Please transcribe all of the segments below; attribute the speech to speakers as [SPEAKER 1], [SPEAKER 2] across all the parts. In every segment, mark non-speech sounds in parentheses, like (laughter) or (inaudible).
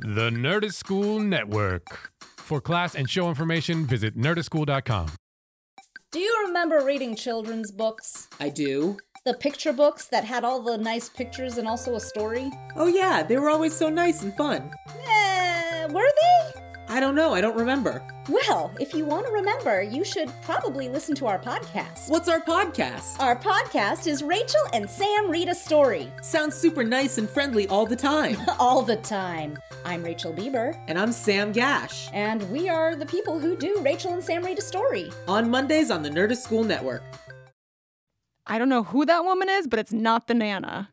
[SPEAKER 1] The Nerdist School Network. For class and show information, visit nerdistschool.com.
[SPEAKER 2] Do you remember reading children's books?
[SPEAKER 3] I do.
[SPEAKER 2] The picture books that had all the nice pictures and also a story?
[SPEAKER 3] Oh, yeah, they were always so nice and fun.
[SPEAKER 2] Eh, were they?
[SPEAKER 3] I don't know, I don't remember.
[SPEAKER 2] Well, if you want to remember, you should probably listen to our podcast.
[SPEAKER 3] What's our podcast?
[SPEAKER 2] Our podcast is Rachel and Sam Read a Story. (laughs)
[SPEAKER 3] Sounds super nice and friendly all the time.
[SPEAKER 2] All the time. I'm Rachel Bieber,
[SPEAKER 3] and I'm Sam Gash.
[SPEAKER 2] and we are the people who do Rachel and Sam Read a Story.
[SPEAKER 3] On Mondays on the Nerdist School Network.
[SPEAKER 4] I don't know who that woman is, but it's not the Nana.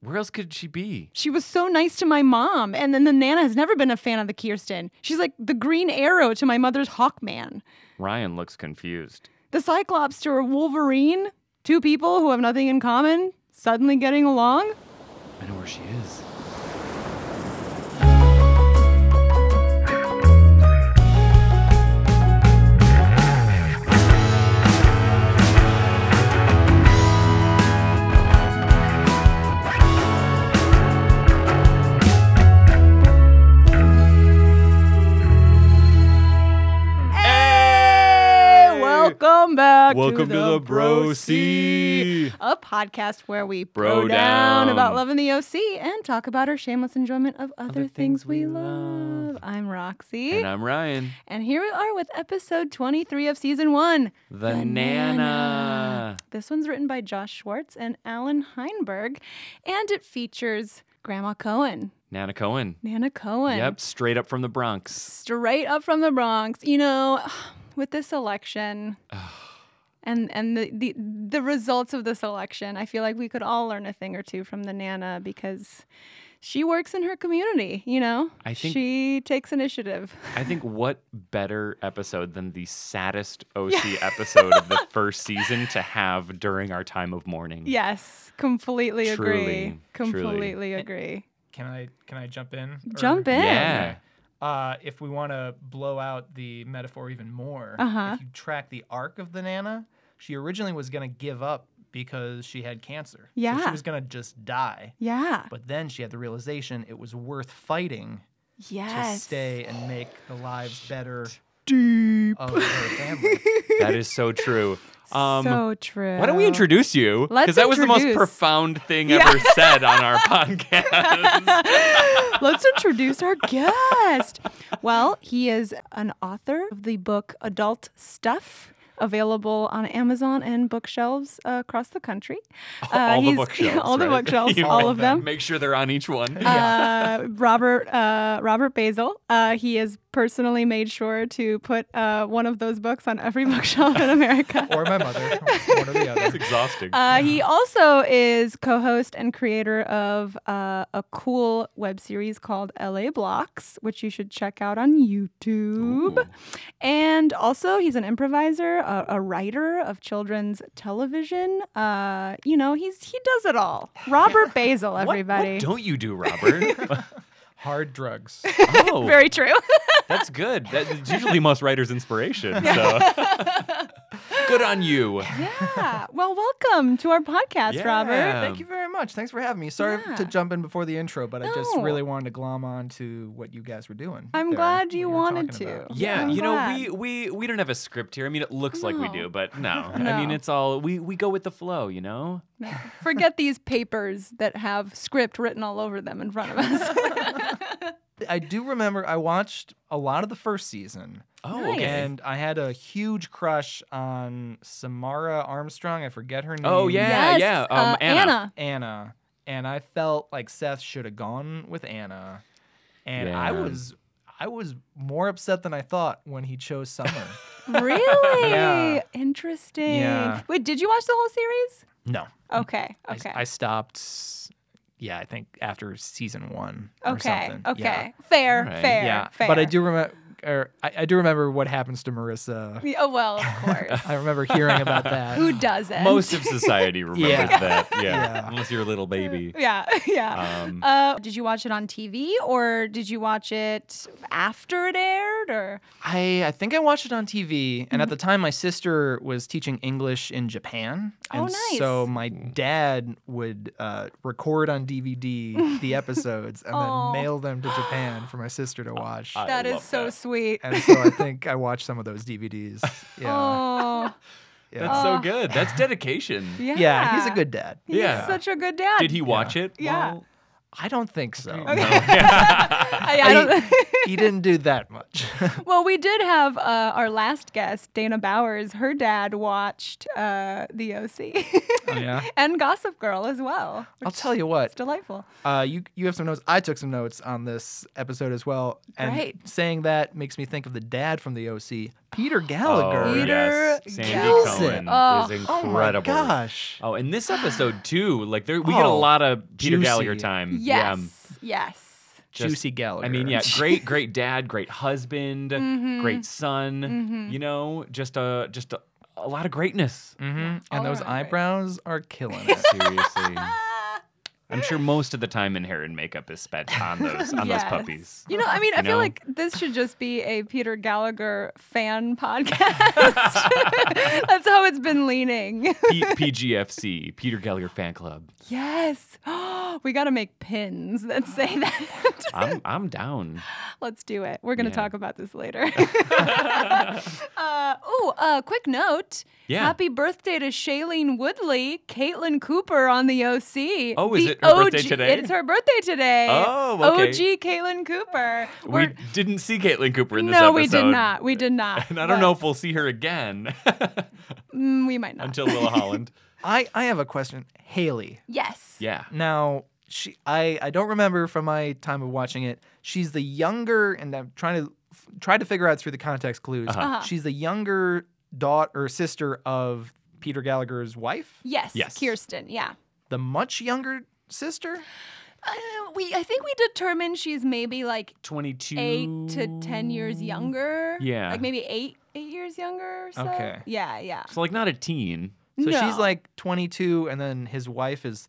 [SPEAKER 5] Where else could she be?
[SPEAKER 4] She was so nice to my mom, and then the Nana has never been a fan of the Kirsten. She's like the green arrow to my mother's Hawkman.
[SPEAKER 5] Ryan looks confused.
[SPEAKER 4] The Cyclops to her Wolverine, two people who have nothing in common, suddenly getting along.
[SPEAKER 5] I know where she is.
[SPEAKER 4] Hey, welcome back.
[SPEAKER 5] Welcome to the Bro
[SPEAKER 4] Sea,
[SPEAKER 5] Sea.
[SPEAKER 4] a podcast where we
[SPEAKER 5] Bro
[SPEAKER 4] bro down,
[SPEAKER 5] down.
[SPEAKER 4] about love in the OC and talk about our shameless enjoyment of other,
[SPEAKER 5] Other
[SPEAKER 4] things,
[SPEAKER 5] things
[SPEAKER 4] we
[SPEAKER 5] we
[SPEAKER 4] love.
[SPEAKER 5] love.
[SPEAKER 4] I'm Roxy,
[SPEAKER 5] And I'm Ryan.
[SPEAKER 4] and here we are with episode 23 of season one.
[SPEAKER 5] The,
[SPEAKER 4] Nana.
[SPEAKER 5] Nana.
[SPEAKER 4] This one's written by Josh Schwartz and Alan Heinberg, and it features Grandma Cohen,
[SPEAKER 5] Nana Cohen.
[SPEAKER 4] Nana Cohen.
[SPEAKER 5] Yep, straight up from the Bronx.
[SPEAKER 4] Straight up from the Bronx. You know, (sighs) with this election and and the, the the results of this election, I feel like we could all learn a thing or two from the Nana because she works in her community, you know?
[SPEAKER 5] I think-
[SPEAKER 4] she takes initiative.
[SPEAKER 5] I think what better episode than the saddest OC (laughs) episode of the first season to have during our time of mourning?
[SPEAKER 4] Yes, completely agree.
[SPEAKER 5] Truly, truly.
[SPEAKER 4] Completely agree.
[SPEAKER 6] Can I can I jump in? Or-
[SPEAKER 4] Jump in.
[SPEAKER 5] Yeah.
[SPEAKER 6] Uh, if we want to blow out the metaphor even more,
[SPEAKER 4] Uh-huh.
[SPEAKER 6] if you track the arc of the Nana, she originally was gonna give up because she had cancer. so
[SPEAKER 4] Yeah.
[SPEAKER 6] she was gonna just die.
[SPEAKER 4] Yeah.
[SPEAKER 6] But then she had the realization it was worth fighting
[SPEAKER 4] Yes.
[SPEAKER 6] to stay and make the lives better of her
[SPEAKER 4] (laughs)
[SPEAKER 6] family.
[SPEAKER 5] That is so true. Um,
[SPEAKER 4] so true.
[SPEAKER 5] Why don't we introduce you?
[SPEAKER 4] Let's
[SPEAKER 5] Because that was the most
[SPEAKER 4] introduce.
[SPEAKER 5] profound thing
[SPEAKER 4] Yeah.
[SPEAKER 5] ever said on our (laughs) podcast.
[SPEAKER 4] (laughs) Let's introduce our guest. Well, he is an author of the book Adult Stuff, available on Amazon and bookshelves uh, across the
[SPEAKER 5] (laughs)
[SPEAKER 4] country. Uh,
[SPEAKER 5] all the
[SPEAKER 4] he's-
[SPEAKER 5] bookshelves.
[SPEAKER 4] (laughs) all the
[SPEAKER 5] right? (laughs)
[SPEAKER 4] bookshelves,
[SPEAKER 5] You
[SPEAKER 4] all of them.
[SPEAKER 5] Make sure they're on each one.
[SPEAKER 4] Uh, Robert uh, Robert Basil. Uh, he has personally made sure to put uh, one of those books on every (laughs) bookshelf in America.
[SPEAKER 6] or my mother, one or
[SPEAKER 5] (laughs)
[SPEAKER 6] the
[SPEAKER 5] That's
[SPEAKER 6] other.
[SPEAKER 5] exhausting.
[SPEAKER 4] Uh, he also is co-host and creator of uh, a cool web series called LA Blocks, which you should check out on YouTube.
[SPEAKER 5] Ooh.
[SPEAKER 4] And also, he's an improviser, a, a writer of children's television. Uh, you know, he's he does it
[SPEAKER 5] (sighs)
[SPEAKER 4] all. Robert Basil,
[SPEAKER 5] What- What,
[SPEAKER 4] everybody.
[SPEAKER 5] don't
[SPEAKER 4] (laughs)
[SPEAKER 5] you do, Robert?
[SPEAKER 6] Hard drugs.
[SPEAKER 5] oh,
[SPEAKER 4] Very
[SPEAKER 5] (laughs)
[SPEAKER 4] true.
[SPEAKER 5] that's good. That's usually most writers' inspiration. So.
[SPEAKER 4] (laughs)
[SPEAKER 5] good on you.
[SPEAKER 4] yeah. Well, welcome to our podcast, Robert.
[SPEAKER 5] Yeah.
[SPEAKER 6] Thank you very much. Thanks for having me. Sorry
[SPEAKER 4] Yeah.
[SPEAKER 6] to jump in before the intro, but I just
[SPEAKER 4] No.
[SPEAKER 6] really wanted to glom on to what you guys were doing.
[SPEAKER 4] I'm
[SPEAKER 6] there,
[SPEAKER 4] glad
[SPEAKER 6] what
[SPEAKER 4] you
[SPEAKER 6] were
[SPEAKER 4] wanted
[SPEAKER 6] talking
[SPEAKER 4] to.
[SPEAKER 6] about.
[SPEAKER 5] Yeah,
[SPEAKER 4] I'm
[SPEAKER 5] you
[SPEAKER 4] glad.
[SPEAKER 5] know, we, we we don't have a script here. I mean, it looks like we
[SPEAKER 4] No.
[SPEAKER 5] do, but no. I
[SPEAKER 4] No.
[SPEAKER 5] mean, it's all we we go with the flow, you know.
[SPEAKER 4] Forget these papers that have script written all over them in front of
[SPEAKER 5] (laughs)
[SPEAKER 4] us. (laughs)
[SPEAKER 6] I do remember I watched a lot of the first season,
[SPEAKER 5] Oh,
[SPEAKER 4] Nice.
[SPEAKER 5] okay.
[SPEAKER 6] and I had a huge crush on Samara Armstrong. I forget her name.
[SPEAKER 5] Oh, yeah. yeah, um,
[SPEAKER 4] uh,
[SPEAKER 5] Anna.
[SPEAKER 6] Anna. And I felt like Seth should have gone with Anna, and I
[SPEAKER 5] Yeah.
[SPEAKER 6] was I was more upset than I thought when he
[SPEAKER 4] (laughs)
[SPEAKER 6] chose Summer.
[SPEAKER 4] Really?
[SPEAKER 6] Yeah.
[SPEAKER 4] Interesting.
[SPEAKER 6] Yeah.
[SPEAKER 4] Wait, did you watch the whole series?
[SPEAKER 6] no,
[SPEAKER 4] Okay.
[SPEAKER 6] I-
[SPEAKER 4] Okay.
[SPEAKER 6] I, stopped. Yeah, I think after season one. Or
[SPEAKER 4] okay.
[SPEAKER 6] something.
[SPEAKER 4] Okay.
[SPEAKER 6] Yeah.
[SPEAKER 4] Fair.
[SPEAKER 5] All right.
[SPEAKER 4] Fair.
[SPEAKER 6] Yeah.
[SPEAKER 4] Fair.
[SPEAKER 6] But I do remember. or I, I do remember what happens to Marissa.
[SPEAKER 4] Oh well, of course.
[SPEAKER 6] (laughs) I remember
[SPEAKER 4] (laughs)
[SPEAKER 6] hearing about that.
[SPEAKER 4] Who doesn't?
[SPEAKER 5] Most of society remembers
[SPEAKER 6] Yeah.
[SPEAKER 5] that. Yeah.
[SPEAKER 6] Yeah.
[SPEAKER 5] Unless you're a little baby.
[SPEAKER 4] (laughs) Yeah, yeah.
[SPEAKER 5] Um,
[SPEAKER 4] Uh, did you watch it on TV or did you watch it after it aired? Or
[SPEAKER 6] I, I think I watched it on TV,
[SPEAKER 4] Mm-hmm.
[SPEAKER 6] and at the time, my sister was teaching English in Japan.
[SPEAKER 4] Oh,
[SPEAKER 6] and
[SPEAKER 4] nice.
[SPEAKER 6] So my dad would uh, record on
[SPEAKER 4] (laughs)
[SPEAKER 6] DVD the episodes and
[SPEAKER 4] Aw. Oh,
[SPEAKER 6] then mail them to Japan for my sister to watch.
[SPEAKER 5] I
[SPEAKER 4] that is
[SPEAKER 5] love
[SPEAKER 4] so
[SPEAKER 5] that.
[SPEAKER 4] sweet.
[SPEAKER 6] and uh, so I think I watched some of those
[SPEAKER 4] (laughs)
[SPEAKER 6] DVDs. Yeah.
[SPEAKER 4] Oh,
[SPEAKER 6] yeah.
[SPEAKER 5] That's so good. That's dedication.
[SPEAKER 4] yeah.
[SPEAKER 6] (laughs) yeah, he's a good dad.
[SPEAKER 4] He's
[SPEAKER 5] Yeah.
[SPEAKER 4] such a good dad.
[SPEAKER 5] Did he watch it?
[SPEAKER 4] Yeah. (laughs)
[SPEAKER 5] Well,
[SPEAKER 6] I don't think so.
[SPEAKER 5] no.
[SPEAKER 4] I, I don't, (laughs)
[SPEAKER 6] he didn't do that much. (laughs)
[SPEAKER 4] well, we did have uh, our last guest, Dana Bowers. Her dad watched uh, The OC
[SPEAKER 6] yeah.
[SPEAKER 4] (laughs) and Gossip Girl as well.
[SPEAKER 6] I'll tell you what.
[SPEAKER 4] It's delightful.
[SPEAKER 6] Uh, you you have some notes. I took some notes on this episode as well. And
[SPEAKER 4] Great.
[SPEAKER 6] saying that makes me think of the dad from the OC, Peter Gallagher.
[SPEAKER 5] Oh,
[SPEAKER 4] Peter
[SPEAKER 5] yes. Sandy
[SPEAKER 6] kills
[SPEAKER 5] Cohen
[SPEAKER 6] it.
[SPEAKER 4] Oh.
[SPEAKER 5] is
[SPEAKER 6] Oh
[SPEAKER 5] incredible.
[SPEAKER 6] my gosh.
[SPEAKER 5] Oh, in this episode too, like there we get a
[SPEAKER 6] Oh,
[SPEAKER 5] lot of Peter
[SPEAKER 6] juicy.
[SPEAKER 5] Gallagher time.
[SPEAKER 4] Yes.
[SPEAKER 5] Mm, Yeah,
[SPEAKER 4] Yes.
[SPEAKER 5] just-
[SPEAKER 6] Juicy Gallagher.
[SPEAKER 5] I mean,
[SPEAKER 6] (laughs)
[SPEAKER 5] yeah,
[SPEAKER 4] (laughs)
[SPEAKER 5] great, great dad, great husband,
[SPEAKER 4] Mm-hmm.
[SPEAKER 5] great son. You know, just a just a, a lot of greatness.
[SPEAKER 4] Mm-hmm.
[SPEAKER 6] hmm And those
[SPEAKER 4] right, Oh, right.
[SPEAKER 6] eyebrows
[SPEAKER 5] (laughs)
[SPEAKER 6] are killing it.
[SPEAKER 4] (laughs)
[SPEAKER 5] Seriously, I'm sure most of the time in hair and makeup is spent
[SPEAKER 4] (laughs)
[SPEAKER 5] on those on
[SPEAKER 4] Yes.
[SPEAKER 5] those puppies.
[SPEAKER 4] You know, I mean, I
[SPEAKER 5] You
[SPEAKER 4] feel
[SPEAKER 5] know?
[SPEAKER 4] like this should just be a Peter Gallagher fan (laughs) podcast. That's how it's been leaning. (laughs)
[SPEAKER 5] P- PGFC, Peter Gallagher Fan Club.
[SPEAKER 4] yes. (gasps) we got to make pins that say that. (laughs)
[SPEAKER 5] I'm I'm down.
[SPEAKER 4] Let's do it. We're going to
[SPEAKER 5] Yeah.
[SPEAKER 4] talk about this later.
[SPEAKER 5] (laughs)
[SPEAKER 4] (laughs) uh, oh, uh, quick note.
[SPEAKER 5] Yeah.
[SPEAKER 4] Happy birthday to Shailene Woodley, Caitlin Cooper on the OC.
[SPEAKER 5] Oh, is
[SPEAKER 4] The
[SPEAKER 5] it her birthday
[SPEAKER 4] OG
[SPEAKER 5] today?
[SPEAKER 4] It's her birthday today.
[SPEAKER 5] Oh, okay.
[SPEAKER 4] OG Caitlin Cooper.
[SPEAKER 5] We
[SPEAKER 4] We're-
[SPEAKER 5] didn't see Caitlin Cooper in this
[SPEAKER 4] no,
[SPEAKER 5] episode.
[SPEAKER 4] we did not. We did not.
[SPEAKER 5] And (laughs) I don't
[SPEAKER 4] But-
[SPEAKER 5] know if we'll see her again (laughs)
[SPEAKER 4] Mm, we might not. (laughs)
[SPEAKER 5] until Willa Holland.
[SPEAKER 6] I, I have a question. Haley.
[SPEAKER 4] yes.
[SPEAKER 5] Yeah.
[SPEAKER 6] Now, she I, I don't remember from my time of watching it. She's the younger, and I'm trying to f- try to figure out through the context clues.
[SPEAKER 5] Uh-huh.
[SPEAKER 4] Uh-huh.
[SPEAKER 6] She's the younger daughter or sister of Peter Gallagher's wife.
[SPEAKER 4] Yes.
[SPEAKER 5] Yes.
[SPEAKER 4] Kirsten. Yeah.
[SPEAKER 6] the much younger sister.
[SPEAKER 4] Uh, we I think we determined she's maybe like
[SPEAKER 5] 22.
[SPEAKER 4] eight to ten years younger.
[SPEAKER 5] Yeah.
[SPEAKER 4] Like maybe eight eight years younger. Or so.
[SPEAKER 6] Okay.
[SPEAKER 4] Yeah. Yeah.
[SPEAKER 5] So, like, not a teen.
[SPEAKER 6] So
[SPEAKER 4] No.
[SPEAKER 6] she's like 22, and then his wife is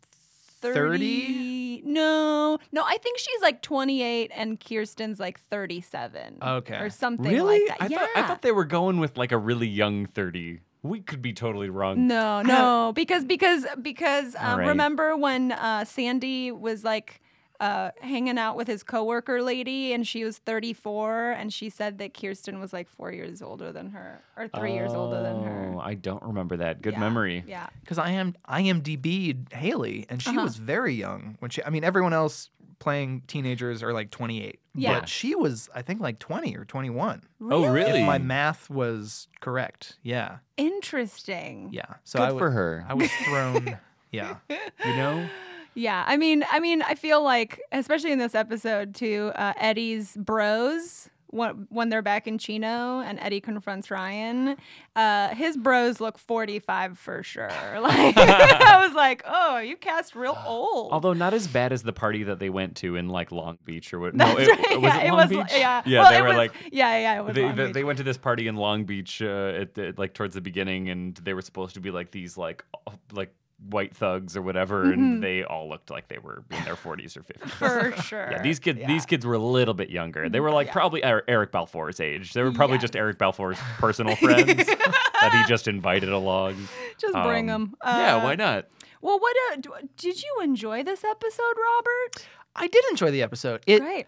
[SPEAKER 6] 30.
[SPEAKER 4] No, no. I think she's like 28, and Kirsten's like 37.
[SPEAKER 6] Okay.
[SPEAKER 4] or something
[SPEAKER 5] Really?
[SPEAKER 4] like that.
[SPEAKER 5] I,
[SPEAKER 4] yeah.
[SPEAKER 5] thought, I thought they were going with like a really young 30. We could be totally wrong.
[SPEAKER 4] No, no, because because because
[SPEAKER 5] All
[SPEAKER 4] um,
[SPEAKER 5] right.
[SPEAKER 4] remember when uh, Sandy was like uh, hanging out with his coworker lady, and she was 34, and she said that Kirsten was like four years older than her, or three years older than
[SPEAKER 5] Oh,
[SPEAKER 4] her.
[SPEAKER 5] I don't remember that. Good
[SPEAKER 4] Yeah,
[SPEAKER 5] memory.
[SPEAKER 4] Yeah.
[SPEAKER 6] Because I am IMDb Haley, and she
[SPEAKER 4] Uh-huh.
[SPEAKER 6] was very young when she. I mean, everyone else playing teenagers are like 28.
[SPEAKER 4] Yeah.
[SPEAKER 6] But she was, I think, like 20 or 21.
[SPEAKER 5] Oh, really?
[SPEAKER 6] If my math was correct. Yeah.
[SPEAKER 4] Interesting.
[SPEAKER 6] Yeah. So
[SPEAKER 5] Good
[SPEAKER 6] I wa-
[SPEAKER 5] for her.
[SPEAKER 6] I was
[SPEAKER 5] (laughs)
[SPEAKER 6] thrown. yeah.
[SPEAKER 5] you know?
[SPEAKER 4] Yeah, I mean, I mean, I feel like, especially in this episode, too, uh, Eddie's bros. When, when they're back in Chino and Eddie confronts Ryan, uh, his bros look 45 for sure. (laughs) Like I was like, oh, you cast
[SPEAKER 5] (gasps)
[SPEAKER 4] real old.
[SPEAKER 5] Although not as bad as the party that they went to in like Long Beach or what? No,
[SPEAKER 4] (laughs) That's
[SPEAKER 5] it,
[SPEAKER 4] right,
[SPEAKER 5] was it Long Beach?
[SPEAKER 4] Yeah,
[SPEAKER 5] yeah
[SPEAKER 4] Well,
[SPEAKER 5] they
[SPEAKER 4] it
[SPEAKER 5] were
[SPEAKER 4] was-
[SPEAKER 5] like,
[SPEAKER 4] yeah, yeah, it was
[SPEAKER 5] they,
[SPEAKER 4] Long
[SPEAKER 5] they,
[SPEAKER 4] Beach.
[SPEAKER 5] they went to this party in Long Beach uh, at the, like towards the beginning, and they were supposed to be like these like uh, like white thugs or whatever, and they all looked like they were in their forties or fifties.
[SPEAKER 4] Mm-hmm. for sure.
[SPEAKER 5] (laughs) Yeah, these kids these kids were a little bit younger. They were like probably Er- Eric Balfour's age. They were probably just
[SPEAKER 4] Yes.
[SPEAKER 5] Eric Balfour's
[SPEAKER 4] (laughs)
[SPEAKER 5] personal friends that he just invited along.
[SPEAKER 4] just bring
[SPEAKER 5] Um,
[SPEAKER 4] them. uh,
[SPEAKER 5] yeah, why not?
[SPEAKER 4] Well, what uh, d- did you enjoy this episode, Robert?
[SPEAKER 6] I did enjoy the episode. It,
[SPEAKER 4] Great.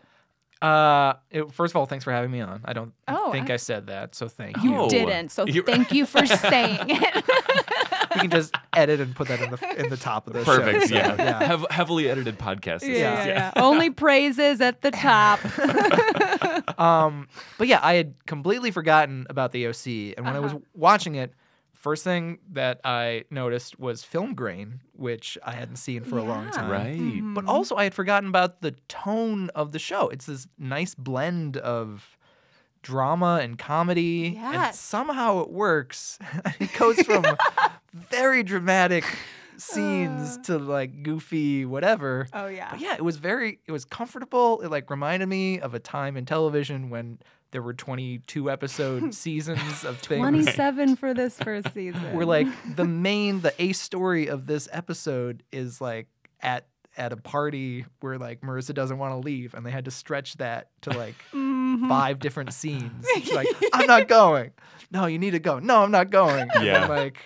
[SPEAKER 6] Uh, it, first of all, thanks for having me on. I don't
[SPEAKER 4] Oh,
[SPEAKER 6] think
[SPEAKER 4] I-
[SPEAKER 6] I, said that, so thank
[SPEAKER 5] You
[SPEAKER 4] (laughs)
[SPEAKER 6] you.
[SPEAKER 5] Oh,
[SPEAKER 4] Didn't so.
[SPEAKER 5] (laughs) you-
[SPEAKER 4] Thank you for saying it.
[SPEAKER 6] we can just edit and put that in the in the top of the
[SPEAKER 5] Perfect.
[SPEAKER 6] show. so,
[SPEAKER 5] yeah. Hev- heavily edited podcast. this
[SPEAKER 4] yeah, (laughs)
[SPEAKER 5] is,
[SPEAKER 4] yeah. Only praises at the top.
[SPEAKER 6] Um, but yeah, I had completely forgotten about the OC, and when I was watching it, first thing that I noticed was film grain, which I hadn't seen for a long
[SPEAKER 4] Yeah.
[SPEAKER 6] time.
[SPEAKER 5] Right.
[SPEAKER 4] Mm-hmm.
[SPEAKER 6] But also, I had forgotten about the tone of the show. It's this nice blend of drama and comedy, and
[SPEAKER 4] Yes.
[SPEAKER 6] somehow it works. (laughs) it goes
[SPEAKER 4] (laughs)
[SPEAKER 6] from very dramatic scenes to like goofy whatever.
[SPEAKER 4] (laughs) Uh. oh yeah.
[SPEAKER 6] But yeah, it was very, it was comfortable. It like reminded me of a time in television when There were
[SPEAKER 4] (laughs)
[SPEAKER 6] 22 episode seasons of things.
[SPEAKER 4] 27 for this first season.
[SPEAKER 6] We're like the main, the ace story of this episode is like at at a party where like Marissa doesn't want to leave, and they had to stretch that to like
[SPEAKER 4] (laughs) Mhm.
[SPEAKER 6] five different scenes. She's
[SPEAKER 4] (laughs)
[SPEAKER 6] like, I'm not going. No, you need to go. No, I'm not going. And
[SPEAKER 5] Yeah.
[SPEAKER 6] like,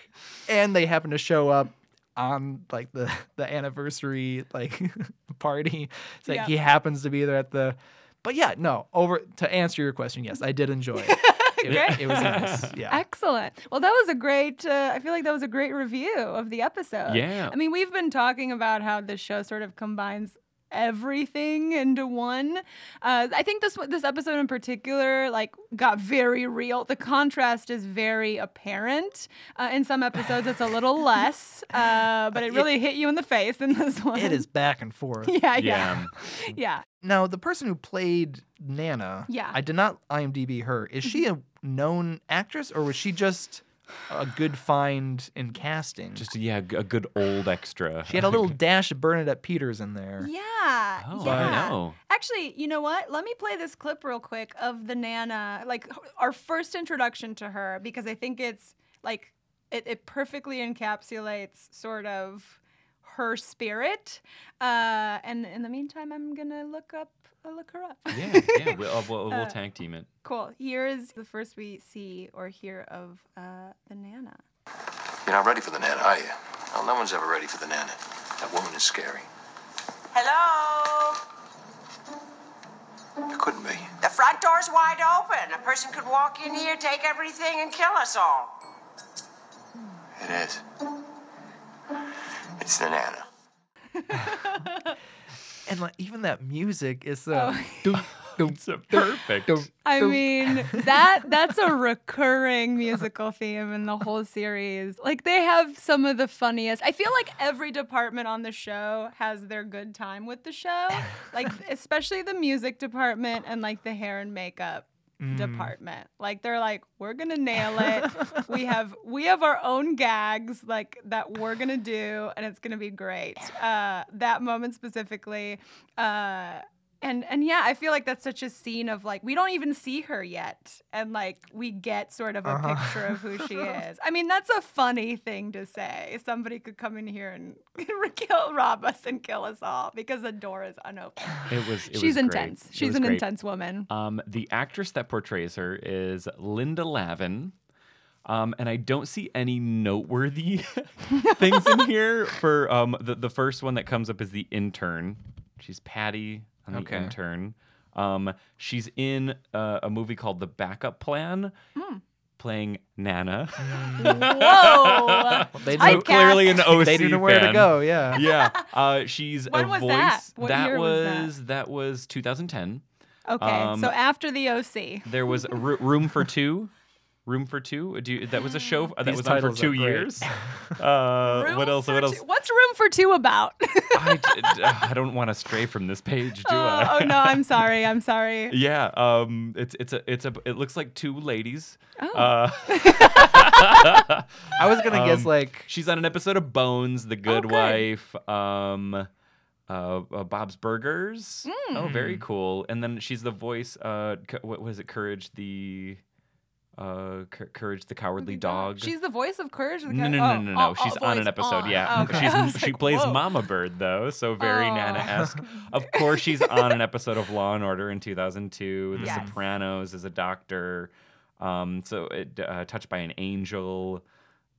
[SPEAKER 6] and they happen to show up on like the the anniversary like (laughs) party. It's like
[SPEAKER 4] Yeah.
[SPEAKER 6] he happens to be there at the. But yeah, no. Over to answer your question, yes, I did enjoy
[SPEAKER 4] (laughs)
[SPEAKER 6] it. It,
[SPEAKER 4] Great.
[SPEAKER 6] it was nice. Yeah.
[SPEAKER 4] Excellent. Well, that was a great. Uh, I feel like that was a great review of the episode.
[SPEAKER 5] Yeah.
[SPEAKER 4] I mean, we've been talking about how this show sort of combines everything into one. Uh, I think this one- this episode in particular like got very real. The contrast is very apparent. Uh, in some episodes, it's a little
[SPEAKER 6] (laughs)
[SPEAKER 4] less, uh, but it really hit you in the face in this one.
[SPEAKER 6] It is back and forth.
[SPEAKER 4] (laughs) Yeah, yeah,
[SPEAKER 5] Yeah.
[SPEAKER 4] yeah.
[SPEAKER 6] Now, the person who played Nana,
[SPEAKER 4] Yeah. Mm-hmm.
[SPEAKER 6] I did not IMDb her. Is she a known actress or was she just a good find in casting?
[SPEAKER 5] Just yeah, g- a good old extra.
[SPEAKER 6] she had a (laughs) little dash of Bernadette Peters in there.
[SPEAKER 4] Yeah.
[SPEAKER 5] Oh,
[SPEAKER 4] yeah.
[SPEAKER 5] I know.
[SPEAKER 4] Actually, you know what? Let me play this clip real quick of the Nana, like h- our first introduction to her, because I think it's like it, it perfectly encapsulates sort of her spirit. Uh, and in the meantime, I'm gonna look up, I'll look her up.
[SPEAKER 5] Yeah, yeah. We'll, uh, we'll, we'll tag team it.
[SPEAKER 4] (laughs) cool. Here is the first we see or hear of uh, the Nana.
[SPEAKER 7] You're not ready for the Nana, are you? Well, no one's ever ready for the Nana. That woman is scary.
[SPEAKER 8] Hello?
[SPEAKER 7] It couldn't be.
[SPEAKER 8] The front door's wide open. A person could walk in here, take everything, and kill us all.
[SPEAKER 7] It is. It's the Nana.
[SPEAKER 6] And like, even that music is uh, doom, doom,
[SPEAKER 5] It's a perfect.
[SPEAKER 6] doom,
[SPEAKER 4] I
[SPEAKER 6] doom.
[SPEAKER 4] mean, that that's a recurring musical theme in the whole series. Like they have some of the funniest. I feel like every department on the show has their good time with the show. Like especially the music department and like the hair and makeup department. Like they're like we're going to nail it. we have we have our own gags like that we're going to do and it's going to be great. Uh that moment specifically uh and and yeah, I feel like that's such a scene of like we don't even see her yet, and like we get sort of a
[SPEAKER 6] Uh-huh.
[SPEAKER 4] picture of who
[SPEAKER 5] (laughs)
[SPEAKER 4] she is. I mean, that's a funny thing to say. Somebody could come in here and (laughs) kill, rob us, and kill us all because the door is unopened.
[SPEAKER 5] It was. It was
[SPEAKER 4] She's
[SPEAKER 5] great.
[SPEAKER 4] intense.
[SPEAKER 5] It
[SPEAKER 4] She's
[SPEAKER 5] was
[SPEAKER 4] an
[SPEAKER 5] great.
[SPEAKER 4] intense
[SPEAKER 5] (laughs)
[SPEAKER 4] woman.
[SPEAKER 5] Um, the actress that portrays her is Linda Lavin. Um, and I don't see any noteworthy (laughs) things in here. For um, the, the first one that comes up is the intern. She's Patty on the
[SPEAKER 6] Okay.
[SPEAKER 5] intern. Um, she's in uh, a movie called The Backup Plan,
[SPEAKER 4] Hmm.
[SPEAKER 5] playing Nana.
[SPEAKER 4] Whoa!
[SPEAKER 6] They
[SPEAKER 4] I
[SPEAKER 6] know-
[SPEAKER 4] can't-
[SPEAKER 5] Clearly an
[SPEAKER 4] Oh.
[SPEAKER 5] OC
[SPEAKER 6] (laughs) they didn't know where to
[SPEAKER 5] fan.
[SPEAKER 6] go. Yeah.
[SPEAKER 5] Yeah, uh, she's
[SPEAKER 4] When
[SPEAKER 5] a
[SPEAKER 4] was
[SPEAKER 5] voice.
[SPEAKER 4] that? What year was that?
[SPEAKER 5] was that? was 2010.
[SPEAKER 4] Okay,
[SPEAKER 5] Um,
[SPEAKER 4] so after the OC,
[SPEAKER 5] There was a Ru- Room for Two. Room for Two. Do you, that was a show uh, that
[SPEAKER 6] These
[SPEAKER 5] was on for
[SPEAKER 6] titles are
[SPEAKER 5] two
[SPEAKER 6] great. (laughs)
[SPEAKER 5] years. Uh,
[SPEAKER 4] Room
[SPEAKER 5] what else?
[SPEAKER 4] for
[SPEAKER 5] What else?
[SPEAKER 4] Two- What's room for two about? (laughs)
[SPEAKER 5] I, d- d- I don't want to stray from this page, do
[SPEAKER 4] oh,
[SPEAKER 5] I?
[SPEAKER 4] oh no, I'm sorry. I'm sorry.
[SPEAKER 5] (laughs) Yeah. Um. It's it's a it's a it looks like two ladies.
[SPEAKER 4] Oh.
[SPEAKER 5] Uh,
[SPEAKER 6] I was gonna guess
[SPEAKER 5] Um,
[SPEAKER 6] like
[SPEAKER 5] she's on an episode of Bones, The Good
[SPEAKER 4] Oh, good.
[SPEAKER 5] Wife. Um. Uh, uh, Bob's Burgers.
[SPEAKER 4] Mm. Hmm.
[SPEAKER 5] Oh, very
[SPEAKER 6] Hmm.
[SPEAKER 5] cool. And then she's the voice. Uh, c- what was it? Courage the, uh, Cour- Courage the Cowardly Dog.
[SPEAKER 4] She's the Oh, voice of Courage.
[SPEAKER 5] No, no, no, no, no. She's on
[SPEAKER 4] Oh,
[SPEAKER 5] an episode. Yeah,
[SPEAKER 4] (laughs)
[SPEAKER 5] she's she plays
[SPEAKER 4] mom.
[SPEAKER 5] Mama Bird though, so very
[SPEAKER 4] Oh.
[SPEAKER 5] Nana-esque.
[SPEAKER 4] (laughs)
[SPEAKER 5] Of course, she's on an episode of Law and Order in 2002. The
[SPEAKER 4] Yes.
[SPEAKER 5] Sopranos is a doctor. Um, so it, uh, touched by an angel.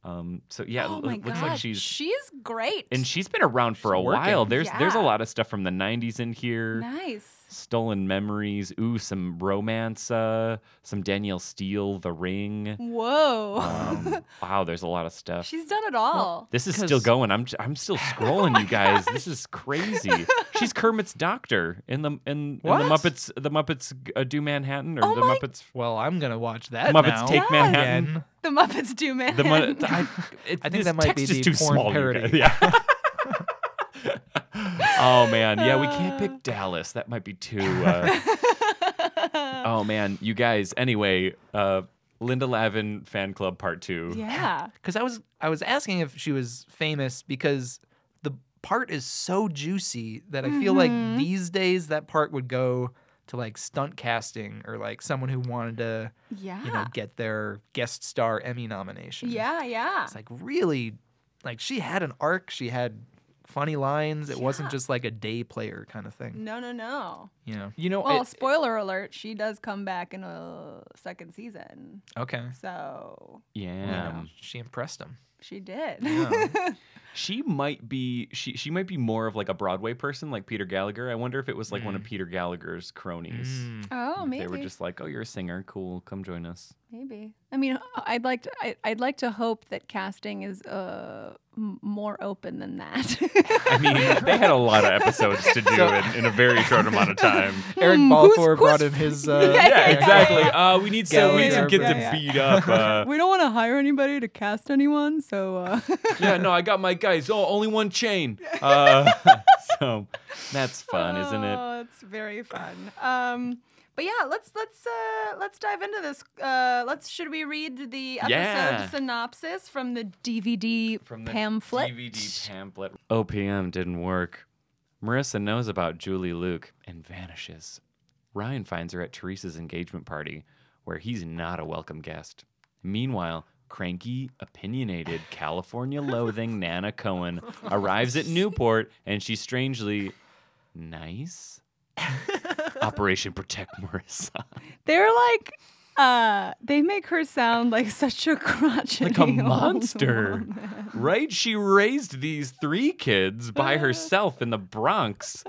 [SPEAKER 5] Um, so yeah,
[SPEAKER 4] oh
[SPEAKER 5] it
[SPEAKER 4] my
[SPEAKER 5] looks
[SPEAKER 4] God.
[SPEAKER 5] like she's
[SPEAKER 4] she's great.
[SPEAKER 5] and she's been around for a
[SPEAKER 6] She's working.
[SPEAKER 5] while. There's there's a
[SPEAKER 4] Yeah.
[SPEAKER 5] lot of stuff from the 90s in here.
[SPEAKER 4] nice.
[SPEAKER 5] Stolen memories. Ooh, some romance. Uh, some Danielle Steele.
[SPEAKER 4] (laughs)
[SPEAKER 5] The Ring.
[SPEAKER 4] Whoa,
[SPEAKER 5] Um, wow, there's a lot of
[SPEAKER 4] (laughs)
[SPEAKER 5] stuff.
[SPEAKER 4] she's done it all.
[SPEAKER 5] This is still
[SPEAKER 6] 'Cause-
[SPEAKER 5] going. I'm j- I'm still scrolling, you guys.
[SPEAKER 4] (laughs)
[SPEAKER 5] This is crazy. She's Kermit's doctor in the in, in the
[SPEAKER 6] What?
[SPEAKER 5] Muppets. The Muppets uh, do Manhattan or
[SPEAKER 4] Oh
[SPEAKER 5] the
[SPEAKER 4] my-
[SPEAKER 5] Muppets
[SPEAKER 6] well, I'm gonna watch that.
[SPEAKER 5] Muppets
[SPEAKER 6] now.
[SPEAKER 5] Take
[SPEAKER 4] Yes.
[SPEAKER 5] Manhattan.
[SPEAKER 6] Again.
[SPEAKER 4] the Muppets do man.
[SPEAKER 5] The Mu- (laughs) I, it,
[SPEAKER 6] I think
[SPEAKER 5] this
[SPEAKER 6] that might be
[SPEAKER 5] text
[SPEAKER 6] the
[SPEAKER 5] is too
[SPEAKER 6] porn
[SPEAKER 5] small. you
[SPEAKER 6] parody.
[SPEAKER 5] guys.
[SPEAKER 6] (laughs)
[SPEAKER 5] Yeah. (laughs) oh man, yeah, we can't pick Dallas. That might be too. Uh,
[SPEAKER 6] (laughs)
[SPEAKER 5] oh man, you guys. Anyway, uh, Linda Lavin fan club part two.
[SPEAKER 4] (laughs) yeah,
[SPEAKER 6] because I was I was asking if she was famous because
[SPEAKER 4] Mm-hmm.
[SPEAKER 6] the part is so juicy that I feel like these days that part would go to like stunt casting or like someone who wanted to
[SPEAKER 4] Yeah.
[SPEAKER 6] you know get their guest star Emmy nomination.
[SPEAKER 4] Ah. yeah, yeah.
[SPEAKER 6] It's like really like she had an arc, she had funny lines. It wasn't just like a day player kind of thing.
[SPEAKER 4] No, no, no.
[SPEAKER 6] You know. You know
[SPEAKER 4] Mm. Well,
[SPEAKER 6] it-
[SPEAKER 4] spoiler alert, she does come back in a second season.
[SPEAKER 6] okay.
[SPEAKER 4] So
[SPEAKER 5] Yeah.
[SPEAKER 6] She impressed him.
[SPEAKER 4] she did.
[SPEAKER 5] She might be she she might be more of like a Broadway person like Peter Gallagher. I wonder if it was like one of Peter Gallagher's cronies.
[SPEAKER 4] (laughs)
[SPEAKER 6] Mm.
[SPEAKER 4] oh,
[SPEAKER 5] If
[SPEAKER 4] maybe.
[SPEAKER 5] They were just like, "Oh, you're a singer. Cool. Come join us."
[SPEAKER 4] Maybe. I mean, uh, I'd like to. I, I'd like to hope that casting is uh, m- more open than that. (laughs)
[SPEAKER 5] I mean, they had a lot of episodes to
[SPEAKER 6] (laughs)
[SPEAKER 5] do in, in a very short amount of time.
[SPEAKER 6] Eric
[SPEAKER 4] Hmm, who's-
[SPEAKER 6] Balfour brought
[SPEAKER 4] (laughs)
[SPEAKER 6] in his uh,
[SPEAKER 5] (laughs) Yeah, exactly. Uh, we need some. We need some
[SPEAKER 6] Gallagher,
[SPEAKER 5] kids to
[SPEAKER 4] yeah, yeah.
[SPEAKER 5] beat
[SPEAKER 4] (laughs)
[SPEAKER 5] up. Uh,
[SPEAKER 4] we don't want to hire anybody to cast anyone, so uh,
[SPEAKER 5] yeah, no, I got my guys. Oh, only
[SPEAKER 4] (laughs)
[SPEAKER 5] one chain. Uh, (laughs) so that's (laughs) fun, isn't it?
[SPEAKER 4] (laughs) Oh, it's very fun. Um, but yeah, let's let's uh, let's dive into this. Uh, let's should we read the episode
[SPEAKER 5] Yeah.
[SPEAKER 4] synopsis from the DVD pamphlet?
[SPEAKER 5] DVD pamphlet. OPM didn't work. Marissa knows about Julie Luke and vanishes. Ryan finds her at Teresa's engagement party, where he's not a welcome guest. Meanwhile, cranky, opinionated, California loathing Nana Cohen arrives at Newport and she's strangely nice. Operation Protect Marissa.
[SPEAKER 4] They're like. Uh, they make her sound like (laughs) such a crotchety
[SPEAKER 5] like a
[SPEAKER 4] (laughs) old
[SPEAKER 5] monster,
[SPEAKER 4] woman.
[SPEAKER 5] right? She raised these three
[SPEAKER 4] (laughs)
[SPEAKER 5] kids by herself in the Bronx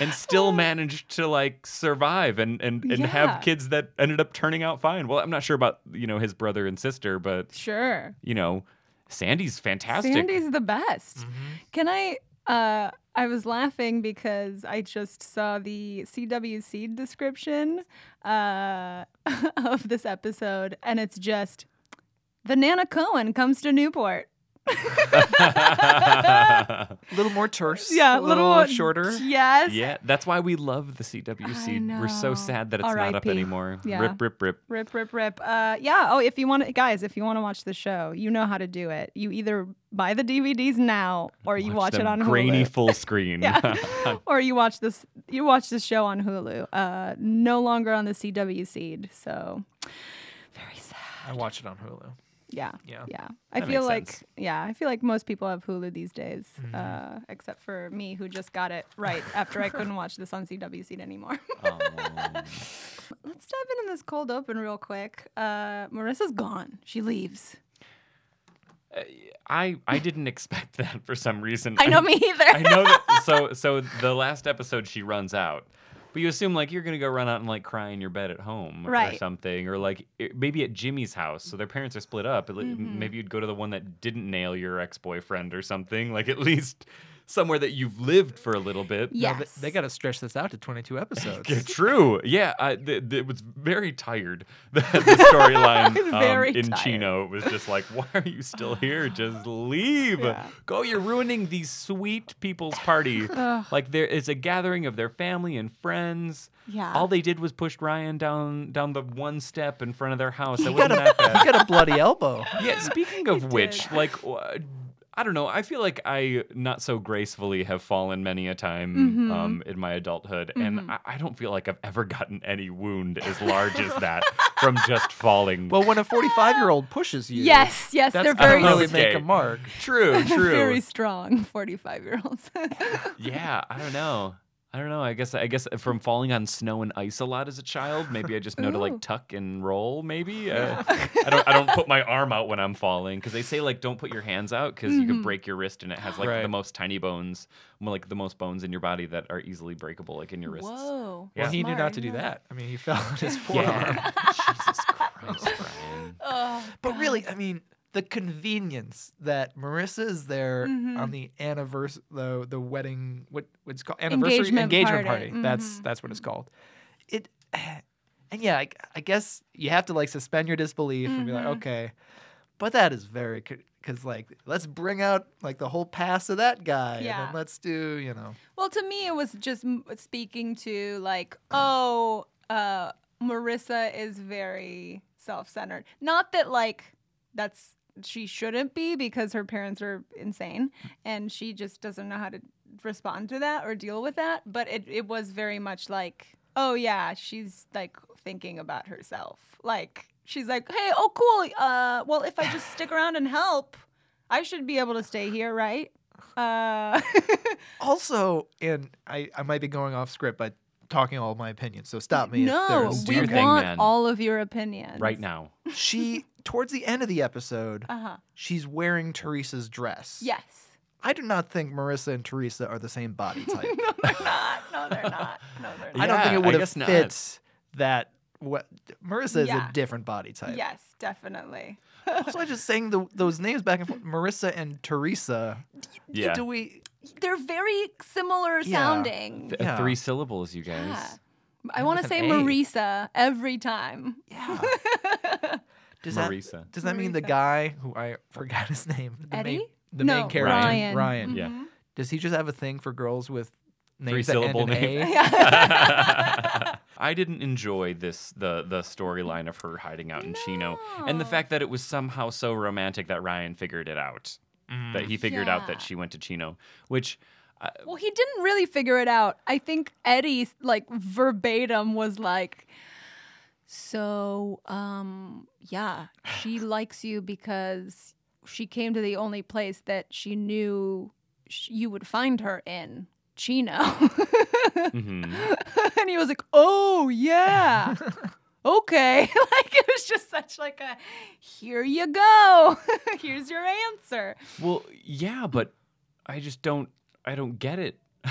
[SPEAKER 5] and still managed to like survive and and, and
[SPEAKER 4] Yeah.
[SPEAKER 5] have kids that ended up turning out fine. Well, I'm not sure about, you know, his brother and sister, but
[SPEAKER 4] Sure.
[SPEAKER 5] you know, Sandy's fantastic.
[SPEAKER 4] Sandy's (laughs) the best. Can I? Uh, I was laughing because I just saw the CWC description uh, (laughs) of this episode, and it's just the Nana Cohen comes to Newport.
[SPEAKER 6] a little more terse.
[SPEAKER 4] Yeah,
[SPEAKER 6] a little,
[SPEAKER 4] little
[SPEAKER 6] shorter.
[SPEAKER 4] Yes.
[SPEAKER 5] (laughs) yeah, that's why we love the CWC. We're so
[SPEAKER 4] know.
[SPEAKER 5] sad that it's not up
[SPEAKER 4] R.I.P..
[SPEAKER 5] anymore.
[SPEAKER 4] Yeah.
[SPEAKER 5] Rip, rip, rip.
[SPEAKER 4] Rip, rip, rip. Uh, yeah. Oh, if you want to, guys, if you want to watch the show, you know how to do it. You either buy the DVDs now, or you watch it
[SPEAKER 5] them
[SPEAKER 4] on
[SPEAKER 5] grainy
[SPEAKER 4] Hulu. (laughs)
[SPEAKER 5] full screen.
[SPEAKER 4] yeah. or you watch this you watch this show on Hulu. Uh, no longer on the CW seed. So very sad.
[SPEAKER 6] I watch it on Hulu.
[SPEAKER 4] Yeah.
[SPEAKER 6] Yeah.
[SPEAKER 4] Yeah. I
[SPEAKER 5] That
[SPEAKER 4] feel
[SPEAKER 5] makes
[SPEAKER 4] like
[SPEAKER 5] sense.
[SPEAKER 4] yeah, I feel like most people have Hulu these days.
[SPEAKER 6] Mm-hmm.
[SPEAKER 4] Uh, except for me who just got it right after I couldn't watch this on CW seed
[SPEAKER 6] (laughs)
[SPEAKER 4] anymore.
[SPEAKER 6] Oh.
[SPEAKER 4] Let's dive into this cold open real quick. Uh, Marissa's gone. She leaves.
[SPEAKER 5] (laughs) I I didn't expect that for some reason.
[SPEAKER 4] I
[SPEAKER 5] (laughs)
[SPEAKER 4] know me either.
[SPEAKER 5] I know that. So so the last episode she runs out, but you assume like you're gonna go run out and like cry in your bed at home or
[SPEAKER 4] Right.
[SPEAKER 5] something, or like i- maybe at Jimmy's house. So their parents are split up. At le- Maybe you'd go to the one that didn't nail your ex boyfriend or something. Like at least somewhere that you've lived for a little bit.
[SPEAKER 4] yes.
[SPEAKER 6] They- They, got to stretch this out
[SPEAKER 4] (laughs)
[SPEAKER 6] to 22 episodes.
[SPEAKER 5] Yeah, (laughs) True. Yeah, I, th- th- it was very tired. (laughs) The,
[SPEAKER 4] (laughs)
[SPEAKER 5] the storyline
[SPEAKER 4] It's
[SPEAKER 5] um,
[SPEAKER 4] very
[SPEAKER 5] in
[SPEAKER 4] tired.
[SPEAKER 5] Chino was just like, "Why are you
[SPEAKER 4] (laughs)
[SPEAKER 5] still here? Just leave. Go. You're ruining the sweet people's
[SPEAKER 4] (laughs)
[SPEAKER 5] party. like there is a gathering of their family and friends.
[SPEAKER 4] Yeah.
[SPEAKER 5] All they did was push Ryan down down the one step in front of their house. It
[SPEAKER 6] he, got
[SPEAKER 5] wasn't
[SPEAKER 6] a,
[SPEAKER 5] that bad.
[SPEAKER 6] he got a bloody elbow.
[SPEAKER 5] Yeah, speaking of which, like, w- I don't know. I feel like I not so gracefully have fallen many a time um, in my adulthood, and I, I don't feel like I've ever gotten any wound as large as that from just falling.
[SPEAKER 6] (laughs) Well, when a 45 year old pushes you,
[SPEAKER 4] Yes, yes,
[SPEAKER 6] that's Oh,
[SPEAKER 4] they're
[SPEAKER 6] gonna
[SPEAKER 4] very
[SPEAKER 6] really
[SPEAKER 5] s-
[SPEAKER 6] make a
[SPEAKER 5] Okay.
[SPEAKER 6] mark.
[SPEAKER 5] true, true.
[SPEAKER 4] very strong 45 year olds. (laughs)
[SPEAKER 5] yeah, I don't know. I don't know. I guess I guess from falling on snow and ice a lot as a child, maybe I just know to like tuck and roll. Maybe uh, I don't. I don't put
[SPEAKER 6] (laughs)
[SPEAKER 5] my arm out when I'm falling because they say like don't put your hands out because you
[SPEAKER 4] Mm-hmm.
[SPEAKER 5] could break your wrist and it has like the
[SPEAKER 6] Right.
[SPEAKER 5] most tiny bones, well, like the most bones in your body that are easily breakable, like in your wrists.
[SPEAKER 4] Whoa.
[SPEAKER 6] Well, he knew
[SPEAKER 4] Smart,
[SPEAKER 6] not to do
[SPEAKER 4] yeah.
[SPEAKER 6] that. I mean, he fell on his forearm. (laughs)
[SPEAKER 5] Yeah. Jesus Christ, Brian.
[SPEAKER 6] But really, I mean, the convenience that Marissa is there
[SPEAKER 4] Mm-hmm.
[SPEAKER 6] on the anniversary, the the wedding, what what's it called anniversary
[SPEAKER 4] Engagement
[SPEAKER 6] party.
[SPEAKER 4] party. Mm-hmm.
[SPEAKER 6] That's that's what it's called. It, (sighs) and yeah, I, I guess you have to like suspend your disbelief and be
[SPEAKER 4] Mm-hmm.
[SPEAKER 6] like, okay, but that is very because like let's bring out like the whole past of that guy,
[SPEAKER 4] Yeah.
[SPEAKER 6] and then let's do you know,
[SPEAKER 4] Well, to me, it was just m- speaking to like, oh, uh, Marissa is very self-centered. Not that like that's she shouldn't be because her parents are insane and she just doesn't know how to respond to that or deal with that. But it it was very much like oh yeah, she's like thinking about herself. Like she's like, hey, oh cool. Uh, well, if I just stick around and help, I should be able to stay here, right? Uh, (laughs)
[SPEAKER 6] Also, and I, I might be going off script by talking all my opinions, so stop me. if
[SPEAKER 4] no,
[SPEAKER 6] there's-
[SPEAKER 5] Do
[SPEAKER 4] we
[SPEAKER 5] your
[SPEAKER 4] want
[SPEAKER 5] thing, man.
[SPEAKER 4] all of your opinions
[SPEAKER 5] right now.
[SPEAKER 6] she towards the end of the episode,
[SPEAKER 4] Uh huh.
[SPEAKER 6] she's wearing Teresa's dress.
[SPEAKER 4] Yes.
[SPEAKER 6] I do not think Marissa and Teresa are the
[SPEAKER 4] (laughs)
[SPEAKER 6] same body type.
[SPEAKER 4] Not. Uh, No, they're not. No, they're not.
[SPEAKER 6] I don't think
[SPEAKER 5] Yeah,
[SPEAKER 6] it would
[SPEAKER 5] I
[SPEAKER 6] have
[SPEAKER 5] guess not.
[SPEAKER 6] fit that. What Marissa is
[SPEAKER 4] Yeah.
[SPEAKER 6] a different body type.
[SPEAKER 4] Yes, definitely.
[SPEAKER 6] Also, I just saying the, those names back and forth. Marissa and Teresa.
[SPEAKER 5] Yeah.
[SPEAKER 6] Do we?
[SPEAKER 4] They're very similar
[SPEAKER 6] Yeah.
[SPEAKER 4] sounding.
[SPEAKER 5] Th-
[SPEAKER 6] Yeah.
[SPEAKER 5] Three syllables, you guys.
[SPEAKER 4] Yeah. I want to
[SPEAKER 5] an
[SPEAKER 4] say
[SPEAKER 5] A.
[SPEAKER 4] Marisa every time.
[SPEAKER 6] Yeah. Does
[SPEAKER 5] Marisa.
[SPEAKER 6] That, does that mean the
[SPEAKER 4] Marisa.
[SPEAKER 6] guy who I forgot his name? The Main,
[SPEAKER 4] Eddie?
[SPEAKER 6] the
[SPEAKER 4] no,
[SPEAKER 6] main character.
[SPEAKER 4] Ryan.
[SPEAKER 6] Ryan.
[SPEAKER 5] Mm-hmm. Yeah.
[SPEAKER 4] Mhm.
[SPEAKER 6] Does he just have a thing for girls with names
[SPEAKER 5] Three-syllable
[SPEAKER 6] that end in
[SPEAKER 5] names.
[SPEAKER 6] A?
[SPEAKER 5] (laughs) I didn't enjoy this the the storyline of her hiding out in Chino and the
[SPEAKER 4] No.
[SPEAKER 5] fact that it was somehow so romantic that Ryan figured it out. That he figured out
[SPEAKER 4] Yeah.
[SPEAKER 5] that she went to Chino, which
[SPEAKER 4] Well, he didn't really figure it out. I think Eddie, like verbatim, was like, "So, um, yeah, she likes you because she came to the only place that she knew sh- you would find her in." Chino.
[SPEAKER 5] mhm.
[SPEAKER 4] (laughs) and he was like, "Oh yeah, okay." (laughs) like it was just such like a, "Here you go, (laughs) here's your answer."
[SPEAKER 5] (sighs) Well, yeah, but I just don't. I don't get it. (laughs)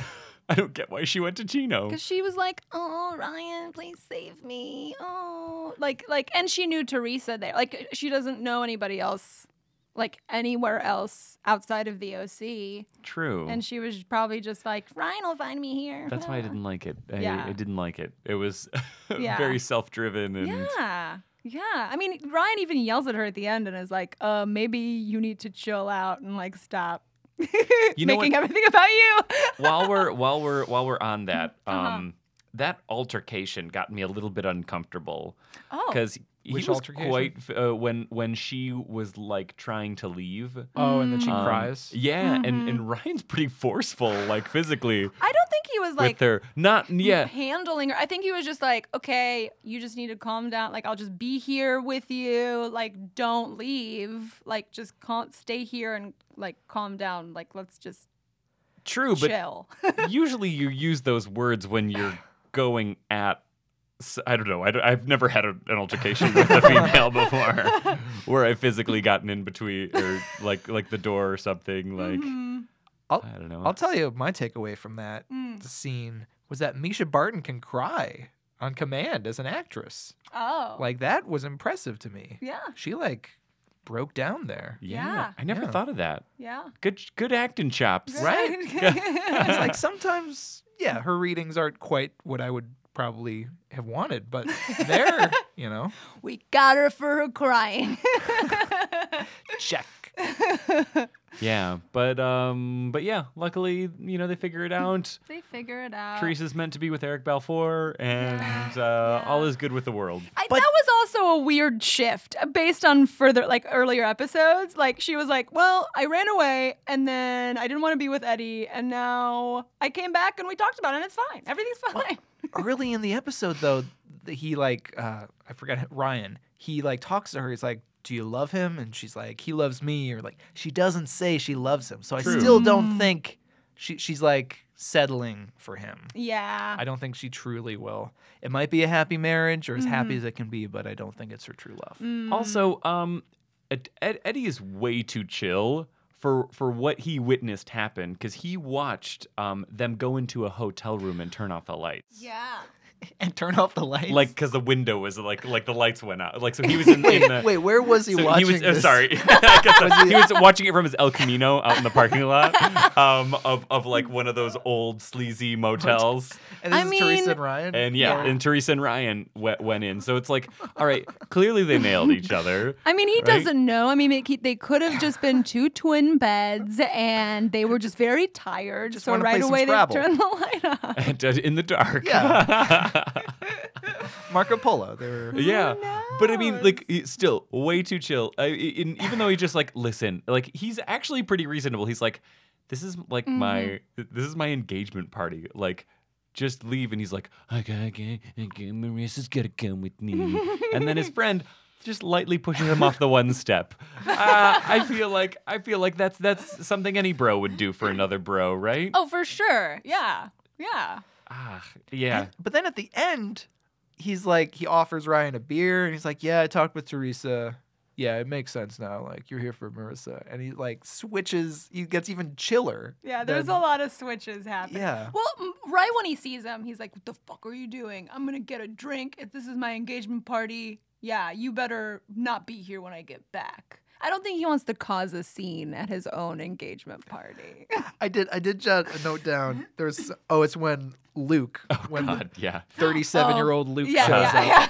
[SPEAKER 5] I don't get why she went to Chino.
[SPEAKER 4] Because she was like, "Oh, Ryan, please save me." Oh, like like, and she knew Teresa there. Like uh, she doesn't know anybody else, like anywhere else outside of the OC.
[SPEAKER 5] True.
[SPEAKER 4] And she was probably just like, "Ryan will find me here."
[SPEAKER 5] That's why I didn't like it. I,
[SPEAKER 4] Yeah.
[SPEAKER 5] I didn't like it. It was (laughs)
[SPEAKER 4] Yeah.
[SPEAKER 5] very self-driven and
[SPEAKER 4] (laughs) Yeah. Yeah. I mean, Ryan even yells at her at the end and is like, uh, maybe you need to chill out and like stop
[SPEAKER 5] know
[SPEAKER 4] (laughs) making
[SPEAKER 5] what-
[SPEAKER 4] everything about
[SPEAKER 5] (laughs)
[SPEAKER 4] you.
[SPEAKER 5] while we're while we're while we're
[SPEAKER 4] (laughs)
[SPEAKER 5] on that, um,
[SPEAKER 4] Uh-huh.
[SPEAKER 5] that altercation got me a little bit uncomfortable
[SPEAKER 4] Oh.
[SPEAKER 5] because he
[SPEAKER 6] Which
[SPEAKER 5] was
[SPEAKER 6] altercation?
[SPEAKER 5] quite f- uh, when when she was like trying to leave.
[SPEAKER 6] Oh, and
[SPEAKER 4] (laughs)
[SPEAKER 6] then she
[SPEAKER 5] um,
[SPEAKER 6] cries.
[SPEAKER 5] Yeah, and
[SPEAKER 4] Mm-hmm.
[SPEAKER 5] and Ryan's pretty forceful, like
[SPEAKER 4] (laughs)
[SPEAKER 5] physically
[SPEAKER 4] Oh, I don't think he was like
[SPEAKER 5] with her.
[SPEAKER 4] (laughs)
[SPEAKER 5] Not yeah.
[SPEAKER 4] handling her. I think he was just like, okay, you just need to calm down. Like, I'll just be here with you. Like, don't leave. Like, just can't stay here and like calm down. Like, let's just
[SPEAKER 5] True, but
[SPEAKER 4] chill. (laughs)
[SPEAKER 5] usually you use those words when you're going at s- I don't know. I have never had a, an altercation with
[SPEAKER 4] (laughs)
[SPEAKER 5] a female before where I physically gotten in between or like like the door or something like
[SPEAKER 4] Mm-hmm.
[SPEAKER 6] I'll-
[SPEAKER 5] I don't know.
[SPEAKER 6] I'll tell you my takeaway from that
[SPEAKER 4] Mm.
[SPEAKER 6] scene was that Misha Barton can cry on command as an actress.
[SPEAKER 4] oh.
[SPEAKER 6] Like that was impressive to me.
[SPEAKER 4] yeah.
[SPEAKER 6] She like broke down there.
[SPEAKER 5] yeah,
[SPEAKER 4] yeah,
[SPEAKER 5] I never
[SPEAKER 6] yeah.
[SPEAKER 5] thought of that.
[SPEAKER 4] Yeah.
[SPEAKER 5] Good good acting chops.
[SPEAKER 4] (laughs)
[SPEAKER 6] It's like sometimes, yeah, her readings aren't quite what I would probably have wanted,
[SPEAKER 4] (laughs)
[SPEAKER 6] but there, you know,
[SPEAKER 4] we got her for her crying. (laughs)
[SPEAKER 6] check.
[SPEAKER 5] Yeah, but um but yeah, luckily, you know, they figure it out.
[SPEAKER 4] they figure it out.
[SPEAKER 5] Teresa's meant to be with Eric Balfour and uh, all is good with the world.
[SPEAKER 4] I, that was also a weird shift uh, based on further, like earlier episodes. Like she was like, "Well, I ran away, and then I didn't want to be with Eddie, and now I came back, and we talked about it, and it's fine. Everything's fine." (laughs)
[SPEAKER 6] Early in the episode, though, th- he like, uh, I forgot Ryan. He like talks to her. He's like, "Do you love him?" And she's like, "He loves me." Or like, she doesn't say she loves him. So
[SPEAKER 5] True.
[SPEAKER 6] I still
[SPEAKER 4] Mm.
[SPEAKER 6] don't think she she's like settling for him.
[SPEAKER 4] yeah,
[SPEAKER 6] I don't think she truly will. It might be a happy marriage or as happy
[SPEAKER 4] Mm-hmm.
[SPEAKER 6] as it can be, but I don't think it's her true love.
[SPEAKER 4] Mm.
[SPEAKER 5] Also, um, Ed, Ed- Eddie is way too chill for for what he witnessed happen because he watched um them go into a hotel room and turn off the lights.
[SPEAKER 4] yeah.
[SPEAKER 6] (laughs) And turn off the lights.
[SPEAKER 5] Like, because the window was like, like the lights went out. Like, so he was in, (laughs) in the.
[SPEAKER 6] Wait, where was he
[SPEAKER 5] so
[SPEAKER 6] watching?
[SPEAKER 5] he was. oh,
[SPEAKER 6] this?
[SPEAKER 5] sorry, (laughs) I guess that's- he was watching it from his El Camino out in the parking (laughs) lot, um, of of like one of those old sleazy motels.
[SPEAKER 6] And this
[SPEAKER 4] I
[SPEAKER 6] is Teresa
[SPEAKER 4] mean-
[SPEAKER 6] and Ryan.
[SPEAKER 5] And yeah, and Teresa and Ryan went, went in. So it's like, all right, clearly they nailed each other. (laughs)
[SPEAKER 4] I mean, he
[SPEAKER 5] Right?
[SPEAKER 4] doesn't know. I mean, it, he- they could have just been two twin beds, and they were just very tired.
[SPEAKER 6] Just
[SPEAKER 4] so
[SPEAKER 6] wanna play
[SPEAKER 4] right
[SPEAKER 6] some
[SPEAKER 4] away
[SPEAKER 6] Scrabble.
[SPEAKER 4] they turned the light off.
[SPEAKER 5] And, uh, in the dark. (laughs)
[SPEAKER 6] Marco Polo. They were.
[SPEAKER 5] Yeah, but I mean, like, i- still way too chill. I, i- in, even though he just like listen, like he's actually
[SPEAKER 6] Mm-hmm.
[SPEAKER 5] pretty reasonable. He's like, this is like my this is my engagement party. Like, just leave. And he's like, okay, okay, okay, Marissa's got to come with me. and then his friend just lightly pushes him off the one step. Uh, I feel like I feel like that's that's something any bro would do for another bro, right?
[SPEAKER 9] (laughs) Oh, for sure. Yeah. Yeah.
[SPEAKER 5] Ah, yeah.
[SPEAKER 6] But then at the end, he's like, he offers Ryan a beer, and he's like, "Yeah, I talked with Teresa. Yeah, it makes sense now. Like, you're here for Marissa." And he like switches. He gets even chiller.
[SPEAKER 4] Yeah, there's a
[SPEAKER 6] than-
[SPEAKER 4] lot of switches happening.
[SPEAKER 6] Yeah.
[SPEAKER 9] Well, m- right when he sees him, he's like, "What the fuck are you doing? I'm gonna get a drink. If this is my engagement party, yeah, you better not be here when I get back."
[SPEAKER 4] I don't think he wants to cause a scene at his own engagement party.
[SPEAKER 6] I did. I did jot a note down.
[SPEAKER 4] (laughs)
[SPEAKER 6] There's. Oh, it's when Luke. when the
[SPEAKER 4] (gasps)
[SPEAKER 5] Oh, God, yeah.
[SPEAKER 6] 37 year old Luke
[SPEAKER 9] (laughs) Yeah,
[SPEAKER 6] shows
[SPEAKER 9] yeah,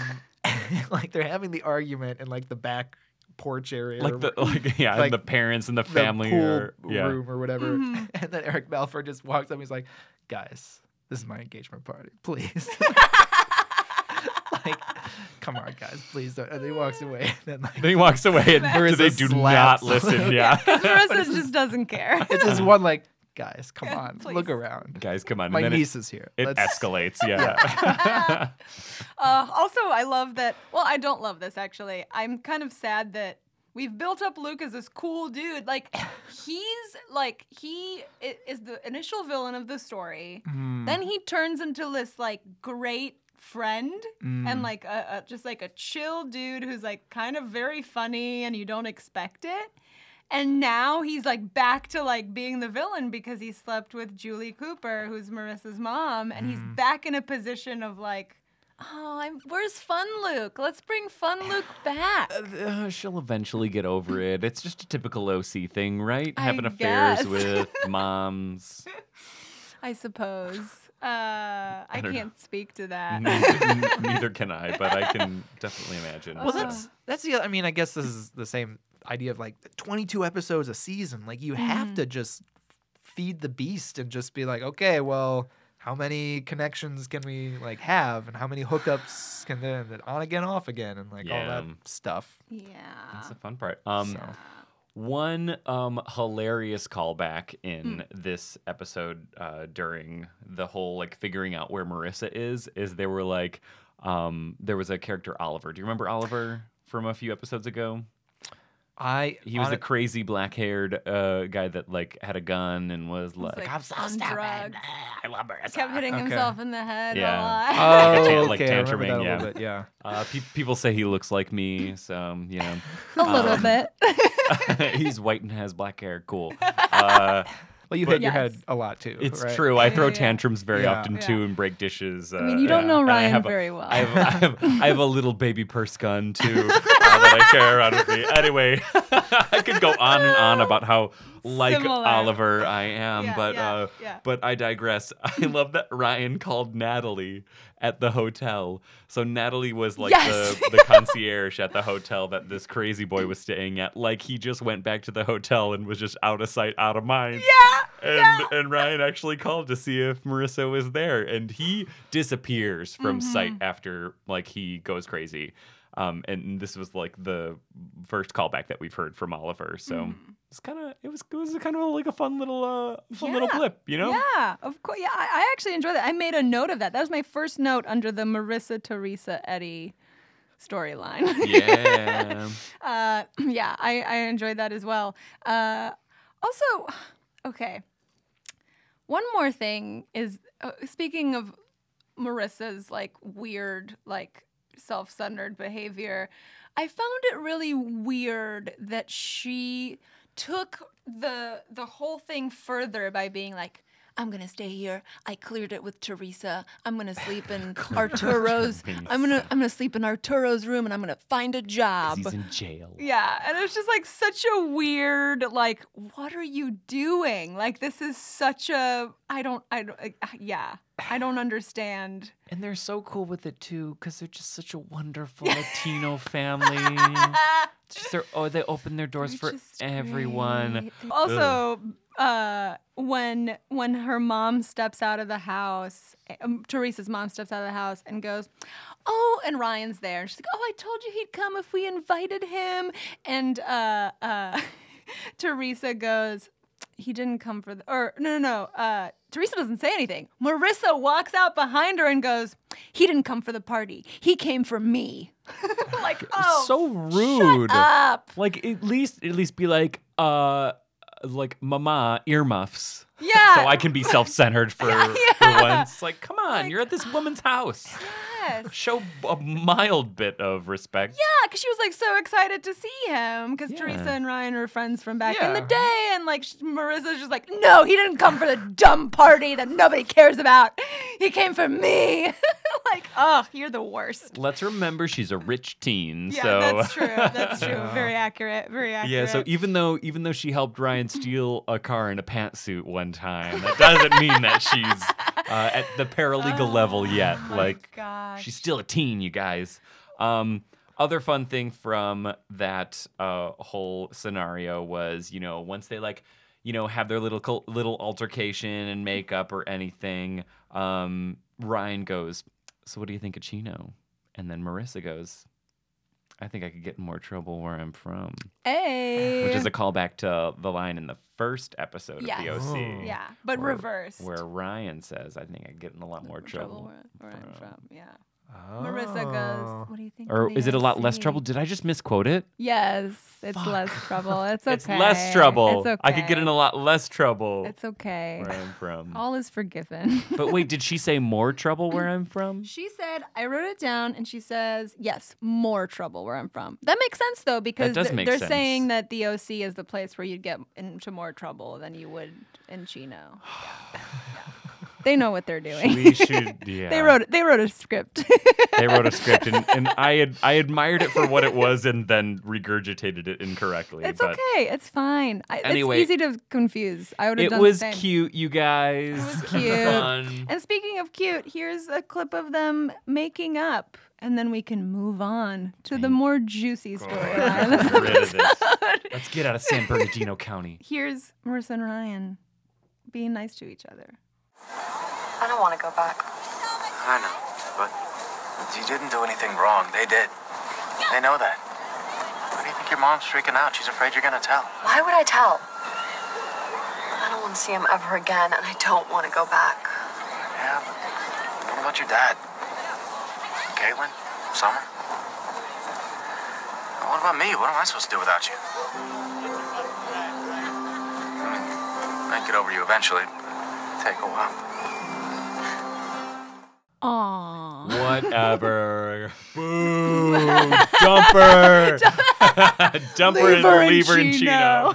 [SPEAKER 9] yeah.
[SPEAKER 6] um (laughs) like they're having the argument in like the back porch area or
[SPEAKER 5] Like
[SPEAKER 6] (laughs)
[SPEAKER 5] the like yeah,
[SPEAKER 6] Like
[SPEAKER 5] and the parents and the
[SPEAKER 6] the
[SPEAKER 5] family
[SPEAKER 6] pool
[SPEAKER 5] are yeah.
[SPEAKER 6] room or whatever (laughs) and then eric balfour just walks up and he's like guys this is my engagement party please (laughs) like come on guys please don't. and then he walks away (laughs) and then like
[SPEAKER 5] Then he walks away and
[SPEAKER 6] Marissa
[SPEAKER 5] they do
[SPEAKER 6] slaps.
[SPEAKER 5] not listen.
[SPEAKER 9] (laughs)
[SPEAKER 5] Yeah.
[SPEAKER 6] (laughs)
[SPEAKER 4] Marissa just doesn't care.
[SPEAKER 6] it's this one like guys come
[SPEAKER 9] Yeah,
[SPEAKER 6] on
[SPEAKER 9] please.
[SPEAKER 6] look around
[SPEAKER 5] Guys, come on.
[SPEAKER 6] my
[SPEAKER 5] and then
[SPEAKER 6] niece
[SPEAKER 5] it,
[SPEAKER 6] is here
[SPEAKER 5] it
[SPEAKER 6] Let's-
[SPEAKER 5] escalates. (laughs) Yeah.
[SPEAKER 4] Uh, also, I love that. Well, I don't love this actually. I'm kind of sad that we've built up Luke as this cool dude. Like, he's like he i- is the initial villain of the story. Then he turns into this like great friend and like a, a just like a chill dude who's like kind of very funny and you don't expect it. And now he's like back to like being the villain because he slept with Julie Cooper, who's Marissa's mom, and he's back in a position of like, oh, I'm, where's Fun Luke? Let's bring Fun Luke
[SPEAKER 5] (laughs)
[SPEAKER 4] back.
[SPEAKER 5] Uh, she'll eventually get over it. It's just a typical OC thing, right?
[SPEAKER 4] I
[SPEAKER 5] Having affairs
[SPEAKER 4] guess.
[SPEAKER 5] with (laughs) moms.
[SPEAKER 4] I suppose. Uh, I,
[SPEAKER 5] don't
[SPEAKER 4] can't
[SPEAKER 5] know.
[SPEAKER 4] speak to that.
[SPEAKER 5] (laughs) neither, neither can I, but I can definitely imagine.
[SPEAKER 6] Well, that's that's the. I mean, I guess this is the same idea of like 22 episodes a season. Like you
[SPEAKER 9] Mm-hmm.
[SPEAKER 6] have to just feed the beast and just be like, okay, well, how many connections can we like have, and how many hookups can then that on again, off again, and like all
[SPEAKER 5] Yeah.
[SPEAKER 6] that stuff.
[SPEAKER 4] (laughs) yeah.
[SPEAKER 5] That's the fun part. Um, One um, hilarious callback in this episode uh, during the whole like figuring out where Marissa is is they were like, um, there was a character Oliver. Do you remember Oliver from a few episodes ago?
[SPEAKER 6] I
[SPEAKER 5] He was
[SPEAKER 6] hon-
[SPEAKER 5] a crazy black haired uh, guy that like had a gun and was like,
[SPEAKER 4] like,
[SPEAKER 5] I'm so
[SPEAKER 4] on
[SPEAKER 5] stubborn.
[SPEAKER 4] drugs.
[SPEAKER 5] Ah, I love Marissa.
[SPEAKER 4] Kept hitting
[SPEAKER 6] Okay.
[SPEAKER 4] himself in the head a
[SPEAKER 5] Yeah.
[SPEAKER 4] lot.
[SPEAKER 6] (laughs) Oh,
[SPEAKER 5] tan- (laughs) like
[SPEAKER 6] okay, I remember
[SPEAKER 5] tantruming,
[SPEAKER 6] that a
[SPEAKER 5] yeah.
[SPEAKER 6] little bit. Yeah.
[SPEAKER 5] Uh, pe- people say he looks like me, so um, you know. (laughs)
[SPEAKER 4] (laughs) a little
[SPEAKER 5] um,
[SPEAKER 4] bit.
[SPEAKER 5] uh, He's white and has black hair. Cool. Uh,
[SPEAKER 6] Well, you
[SPEAKER 5] But-
[SPEAKER 6] hit your
[SPEAKER 4] Yes.
[SPEAKER 6] head a lot too.
[SPEAKER 5] it's
[SPEAKER 6] right?
[SPEAKER 5] true. I
[SPEAKER 4] Yeah,
[SPEAKER 5] throw
[SPEAKER 4] yeah, yeah.
[SPEAKER 5] tantrums very
[SPEAKER 6] Yeah.
[SPEAKER 5] often too and break dishes. Uh,
[SPEAKER 4] I mean, you don't
[SPEAKER 5] yeah.
[SPEAKER 4] know
[SPEAKER 5] And I
[SPEAKER 4] Ryan
[SPEAKER 5] have a-
[SPEAKER 4] very well.
[SPEAKER 5] I have, (laughs) I have I have a little baby purse gun too (laughs) uh, that I carry around with me. Anyway, (laughs) I could go on
[SPEAKER 4] (laughs)
[SPEAKER 5] and on about how like
[SPEAKER 4] Similar.
[SPEAKER 5] Oliver I am,
[SPEAKER 4] Yeah,
[SPEAKER 5] but
[SPEAKER 4] yeah,
[SPEAKER 5] uh,
[SPEAKER 4] yeah.
[SPEAKER 5] but I digress. (laughs) I love that Ryan called Natalie at the hotel. So Natalie was like
[SPEAKER 9] Yes.
[SPEAKER 5] the, the concierge at the hotel that this crazy boy was staying at. Like he just went back to the hotel and was just out of sight, out of mind. Yeah. And and Ryan actually called to see if Marissa was there, and he disappears from sight after like he goes crazy. Um, and this was like the first callback that we've heard from Oliver. So it's kind of it was it was kind of like a fun little uh fun little
[SPEAKER 4] Yeah.
[SPEAKER 5] blip, you know? (laughs)
[SPEAKER 4] Yeah, of course. Yeah, I, I actually enjoy that. I made a note of that. That was my first note under the Marissa Teresa Eddie storyline. (laughs)
[SPEAKER 5] Yeah.
[SPEAKER 4] uh, (clears throat) yeah, I, I enjoyed that as well. Uh, also, okay. One more thing is uh, speaking of Marissa's like weird, like self centered behavior, I found it really weird that she took the the whole thing further by being like, I'm gonna stay here. I cleared it with Teresa. I'm gonna sleep in Arturo's. I'm gonna I'm gonna sleep in Arturo's room, and I'm gonna find a job.
[SPEAKER 5] He's in jail.
[SPEAKER 4] Yeah, and it's just like such a weird like what are you doing? Like this is such a I don't I don't uh, yeah, I don't understand.
[SPEAKER 5] And they're so cool with it too, because they're just such a wonderful Latino
[SPEAKER 9] (laughs)
[SPEAKER 5] family. It's just their- oh, they open their doors for
[SPEAKER 4] Just
[SPEAKER 5] everyone.
[SPEAKER 4] great. Also, uh when when her mom steps out of the house, um, Teresa's mom steps out of the house and goes, "Oh," and Ryan's there. And she's like, "Oh, I told you he'd come if we invited him." And uh (laughs) uh Teresa goes, he didn't come for the or no no no uh
[SPEAKER 9] Teresa doesn't say anything. Marissa walks out behind her and goes, He didn't come for the party. He came for
[SPEAKER 4] (laughs)
[SPEAKER 9] me. like, oh,
[SPEAKER 5] so rude.
[SPEAKER 9] up.
[SPEAKER 5] Like at least at least be like uh like mama earmuffs.
[SPEAKER 9] Yeah.
[SPEAKER 5] So I can be
[SPEAKER 9] (laughs)
[SPEAKER 5] self-centered for, for once. Like come on, you're at this
[SPEAKER 9] uh,
[SPEAKER 5] woman's house.
[SPEAKER 9] Yes.
[SPEAKER 5] Show a mild bit of respect.
[SPEAKER 9] Yeah, because she was like so excited to see him because Teresa and Ryan are friends from back in the
[SPEAKER 6] Yeah.
[SPEAKER 9] day, and like sh- Marissa's just like, no, he didn't come for the dumb party that nobody cares about. He came for me. (laughs) like, oh, you're the worst.
[SPEAKER 5] Let's remember she's a rich teen.
[SPEAKER 9] Yeah,
[SPEAKER 5] so (laughs)
[SPEAKER 9] that's true. That's true. Very accurate. Very accurate.
[SPEAKER 5] Yeah, so e even though even though she helped Ryan steal a car in a pantsuit one time, that doesn't mean that she's uh, at the paralegal level yet. like
[SPEAKER 9] Oh gosh.
[SPEAKER 5] she's still a teen, you guys. Um, other fun thing from that uh, whole scenario was, you know, once they like, you know, have their little col- little altercation and makeup or anything, um, Ryan goes, "So what do you think of Chino?" And then Marissa goes, "I think I could get in more trouble where I'm from."
[SPEAKER 9] hey,
[SPEAKER 5] which is a callback to the line in the first episode
[SPEAKER 9] Yes.
[SPEAKER 5] of the
[SPEAKER 9] (laughs)
[SPEAKER 5] OC.
[SPEAKER 9] yeah, but
[SPEAKER 5] where-
[SPEAKER 9] reversed.
[SPEAKER 5] Where Ryan says, I think I get in a lot more trouble. Oh.
[SPEAKER 9] Where, where I'm from. Yeah. Marissa goes. What do you think?
[SPEAKER 5] Or
[SPEAKER 9] of the
[SPEAKER 5] is it a lot less
[SPEAKER 9] OC?"
[SPEAKER 5] trouble? Did I just misquote it?
[SPEAKER 4] Yes, it's less
[SPEAKER 5] (laughs)
[SPEAKER 4] trouble. It's okay.
[SPEAKER 5] It's less trouble.
[SPEAKER 4] It's okay.
[SPEAKER 5] I could get in a lot less trouble
[SPEAKER 4] It's okay.
[SPEAKER 5] where
[SPEAKER 4] (laughs)
[SPEAKER 5] I'm from.
[SPEAKER 4] All is forgiven. (laughs)
[SPEAKER 5] but wait, did she say more trouble where I'm from?
[SPEAKER 9] She said, I wrote it down, and she says, yes, more trouble where I'm from. That makes sense, though, because
[SPEAKER 5] does
[SPEAKER 9] they're,
[SPEAKER 5] make
[SPEAKER 9] they're
[SPEAKER 5] sense.
[SPEAKER 9] saying that the OC is the place where you'd get into more trouble than you would in
[SPEAKER 5] (sighs)
[SPEAKER 9] Chino. (laughs)
[SPEAKER 4] they know what they're doing. (laughs)
[SPEAKER 5] We should, yeah.
[SPEAKER 4] They wrote they wrote
[SPEAKER 9] (laughs)
[SPEAKER 4] a script.
[SPEAKER 5] They wrote a script, and, and I ad- I admired it for what it was, and then regurgitated it incorrectly.
[SPEAKER 4] it's
[SPEAKER 5] but
[SPEAKER 4] okay. It's fine. I,
[SPEAKER 5] Anyway,
[SPEAKER 4] it's easy to confuse. I would have
[SPEAKER 5] It
[SPEAKER 4] done
[SPEAKER 5] was
[SPEAKER 4] the same.
[SPEAKER 5] cute, you guys. It was (laughs)
[SPEAKER 4] cute.
[SPEAKER 5] Fun.
[SPEAKER 4] And speaking of cute, here's a clip of them making up, and then we can move on to the more juicy
[SPEAKER 5] (laughs)
[SPEAKER 4] storyline. of this
[SPEAKER 5] Rid of this.
[SPEAKER 4] episode. (laughs)
[SPEAKER 5] Let's get out of San Bernardino County.
[SPEAKER 4] Here's Marissa and Ryan being nice to each other.
[SPEAKER 8] I don't want to go back.
[SPEAKER 7] I know, but you didn't do anything wrong. They did. They know that. Why do you think your mom's freaking out? She's afraid you're gonna tell.
[SPEAKER 8] Why would I tell? I don't want to see him ever again, and I don't want to go back.
[SPEAKER 7] Yeah, but what about your dad? Caitlin? Summer? What about me? What am I supposed to do without you? I mean, Hmm. I'd get over you eventually. but Take a while.
[SPEAKER 4] Aww.
[SPEAKER 5] Whatever. (laughs) Boo.
[SPEAKER 4] (laughs)
[SPEAKER 5] Dumper. Dumper and
[SPEAKER 4] Lever and
[SPEAKER 5] Lever and
[SPEAKER 4] Chino.
[SPEAKER 5] Chino.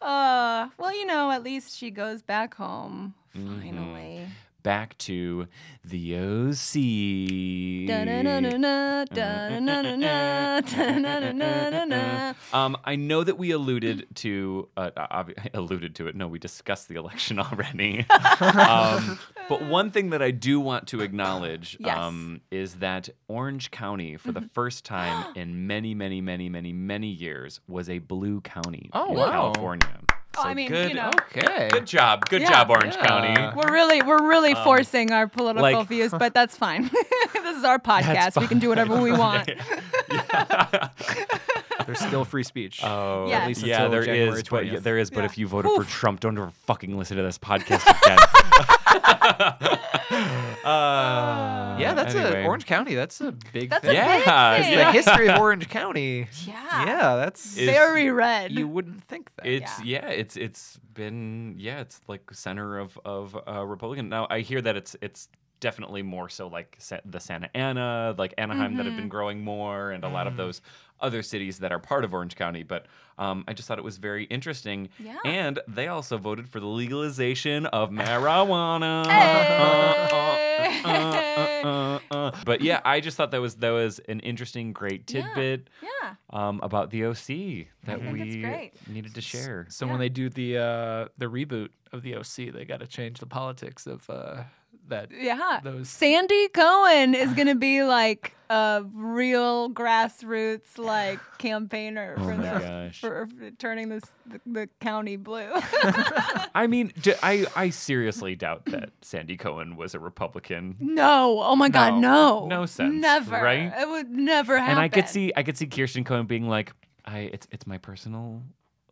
[SPEAKER 4] Uh, well, you know, at least she goes back home
[SPEAKER 5] Mm-hmm.
[SPEAKER 4] finally.
[SPEAKER 5] Back to the OC. (laughs)
[SPEAKER 4] Da-na-na-na-na, da-na-na-na-na, da-na-na-na-na.
[SPEAKER 5] (laughs) Um, I know that we alluded to uh, obvi- (laughs) alluded to it. No, we discussed the election (laughs) already. um, but one thing that I do want to acknowledge
[SPEAKER 9] (laughs) Yes. Mm-hmm.
[SPEAKER 5] um, is that Orange County, for the
[SPEAKER 9] (gasps)
[SPEAKER 5] first time in many, many, many, many, many years, was a blue county
[SPEAKER 6] Oh,
[SPEAKER 5] in
[SPEAKER 6] wow.
[SPEAKER 5] California.
[SPEAKER 9] Oh,
[SPEAKER 5] So
[SPEAKER 9] I mean,
[SPEAKER 5] good,
[SPEAKER 9] you know,
[SPEAKER 6] Okay.
[SPEAKER 5] good job, good job, Orange
[SPEAKER 6] yeah.
[SPEAKER 4] (laughs)
[SPEAKER 5] County.
[SPEAKER 4] We're really we're really forcing our political
[SPEAKER 5] Um, like-
[SPEAKER 4] views,
[SPEAKER 5] (laughs)
[SPEAKER 4] but that's fine. (laughs) this is our podcast. We can do whatever we want.
[SPEAKER 5] (laughs)
[SPEAKER 6] There's still free speech.
[SPEAKER 5] Oh,
[SPEAKER 4] Yes.
[SPEAKER 5] at least yeah,
[SPEAKER 6] until
[SPEAKER 5] there
[SPEAKER 6] January
[SPEAKER 5] is, but yeah,
[SPEAKER 6] 20th.
[SPEAKER 5] there is. But
[SPEAKER 9] Yeah.
[SPEAKER 5] if you voted for Trump, don't ever fucking listen to this podcast again. (laughs) uh,
[SPEAKER 6] yeah, that's
[SPEAKER 5] anyway.
[SPEAKER 6] a Orange County. That's a big
[SPEAKER 9] That's a
[SPEAKER 6] thing.
[SPEAKER 9] big
[SPEAKER 5] Yeah,
[SPEAKER 9] thing.
[SPEAKER 5] it's
[SPEAKER 6] The history of Orange County.
[SPEAKER 9] Yeah.
[SPEAKER 4] (laughs)
[SPEAKER 6] Yeah, that's
[SPEAKER 5] Is-
[SPEAKER 4] Very red.
[SPEAKER 6] you wouldn't think that.
[SPEAKER 5] It's yeah. it's it's been yeah, it's like center of of uh, Republican. Now I hear that it's it's definitely more so like Sa- the Santa Ana, like Anaheim that
[SPEAKER 9] Mm-hmm.
[SPEAKER 5] have been growing more, and a lot of those other cities that are part of Orange County. But um, I just thought it was very interesting.
[SPEAKER 9] Yeah.
[SPEAKER 5] And they also voted for the legalization of marijuana.
[SPEAKER 9] Hey!
[SPEAKER 5] Uh, uh, uh, uh, uh. But yeah, I just thought that was that was an interesting, great tidbit
[SPEAKER 9] Yeah.
[SPEAKER 5] um, about the OC that
[SPEAKER 9] think it's
[SPEAKER 5] we
[SPEAKER 9] great.
[SPEAKER 5] needed to share.
[SPEAKER 6] So when they do the uh, the reboot of the OC, they got to change the politics of uh, that.
[SPEAKER 9] Yeah.
[SPEAKER 6] Those.
[SPEAKER 4] Sandy Cohen is gonna be like a real grassroots like campaigner for,
[SPEAKER 5] Oh my
[SPEAKER 4] the-
[SPEAKER 5] gosh.
[SPEAKER 4] for, for turning this the, the county
[SPEAKER 5] (laughs)
[SPEAKER 4] blue. (laughs)
[SPEAKER 5] I mean, d I I I seriously doubt that Sandy Cohen was a Republican.
[SPEAKER 4] no, oh my God, no,
[SPEAKER 5] No. No sense,
[SPEAKER 4] never,
[SPEAKER 5] right?
[SPEAKER 4] It would never happen.
[SPEAKER 5] And I could see I could see Kirsten Cohen being like, I it's it's my personal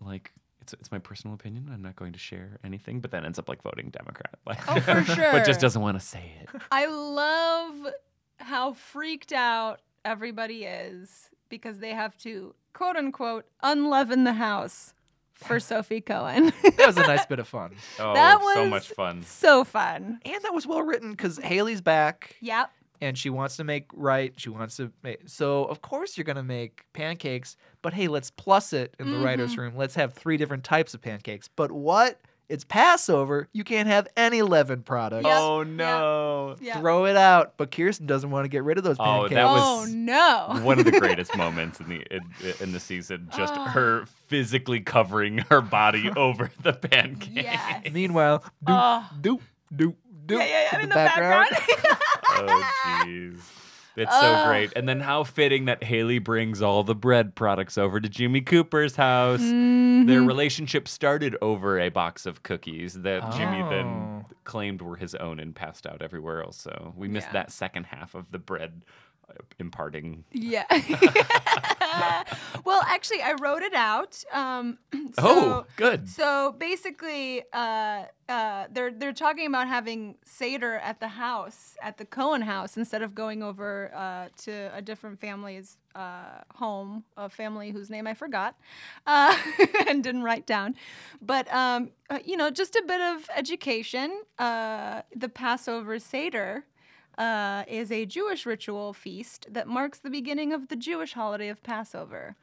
[SPEAKER 5] like it's it's, it's my personal opinion. I'm not going to share anything, but then ends up like voting Democrat. Like,
[SPEAKER 4] Oh, for
[SPEAKER 5] (laughs) but
[SPEAKER 4] sure.
[SPEAKER 5] just doesn't want to say it.
[SPEAKER 4] I love how freaked out everybody is because they have to quote unquote unleaven the house
[SPEAKER 6] (laughs)
[SPEAKER 4] for Sophie Cohen. (laughs)
[SPEAKER 6] That was a nice bit of fun.
[SPEAKER 5] Oh,
[SPEAKER 4] That
[SPEAKER 5] so
[SPEAKER 4] was-
[SPEAKER 5] much fun.
[SPEAKER 4] so fun.
[SPEAKER 6] (laughs) And that was well written because Haley's back
[SPEAKER 4] Yep.
[SPEAKER 6] and she wants to make right. She wants to make. So, of course, you're going to make pancakes, but hey, let's plus it in the writer's
[SPEAKER 4] Mm-hmm.
[SPEAKER 6] room. Let's have three different types of pancakes. But what? It's Passover. You can't have any leavened products.
[SPEAKER 4] Yep.
[SPEAKER 5] Oh no.
[SPEAKER 4] Yeah.
[SPEAKER 6] Throw it out. But Kirsten doesn't want to get rid of those
[SPEAKER 5] Oh,
[SPEAKER 6] pancakes.
[SPEAKER 5] that was-
[SPEAKER 4] oh
[SPEAKER 6] (laughs)
[SPEAKER 4] no.
[SPEAKER 5] One of the greatest moments in the in, in the season,
[SPEAKER 4] (gasps)
[SPEAKER 5] just her physically covering
[SPEAKER 4] (laughs)
[SPEAKER 5] her body over the pancake.
[SPEAKER 4] Yes.
[SPEAKER 6] Meanwhile, doop,
[SPEAKER 4] (laughs) Oh.
[SPEAKER 6] doop, doop, doop.
[SPEAKER 4] yeah, yeah, yeah. In the background. (laughs)
[SPEAKER 5] Oh jeez. It's
[SPEAKER 4] Oh.
[SPEAKER 5] so great. And then how fitting that Haley brings all the bread products over to Jimmy Cooper's house.
[SPEAKER 4] Mm-hmm.
[SPEAKER 5] Their relationship started over a box of cookies that Jimmy then
[SPEAKER 6] Oh.
[SPEAKER 5] claimed were his own and passed out everywhere else. So we missed
[SPEAKER 4] Yeah.
[SPEAKER 5] that second half of the bread uh, imparting.
[SPEAKER 4] Yeah. (laughs) well, actually, I wrote it out. Um, (clears throat) so,
[SPEAKER 5] oh, good.
[SPEAKER 4] So basically, uh, uh, they're they're talking about having seder at the house at the Cohen house instead of going over uh, to a different family's uh, home, a family whose name I forgot uh, (laughs) and didn't write down. But um, uh, you know, just a bit of education. Uh, the Passover seder. Uh, is a Jewish ritual feast that marks the beginning of the Jewish holiday of Passover.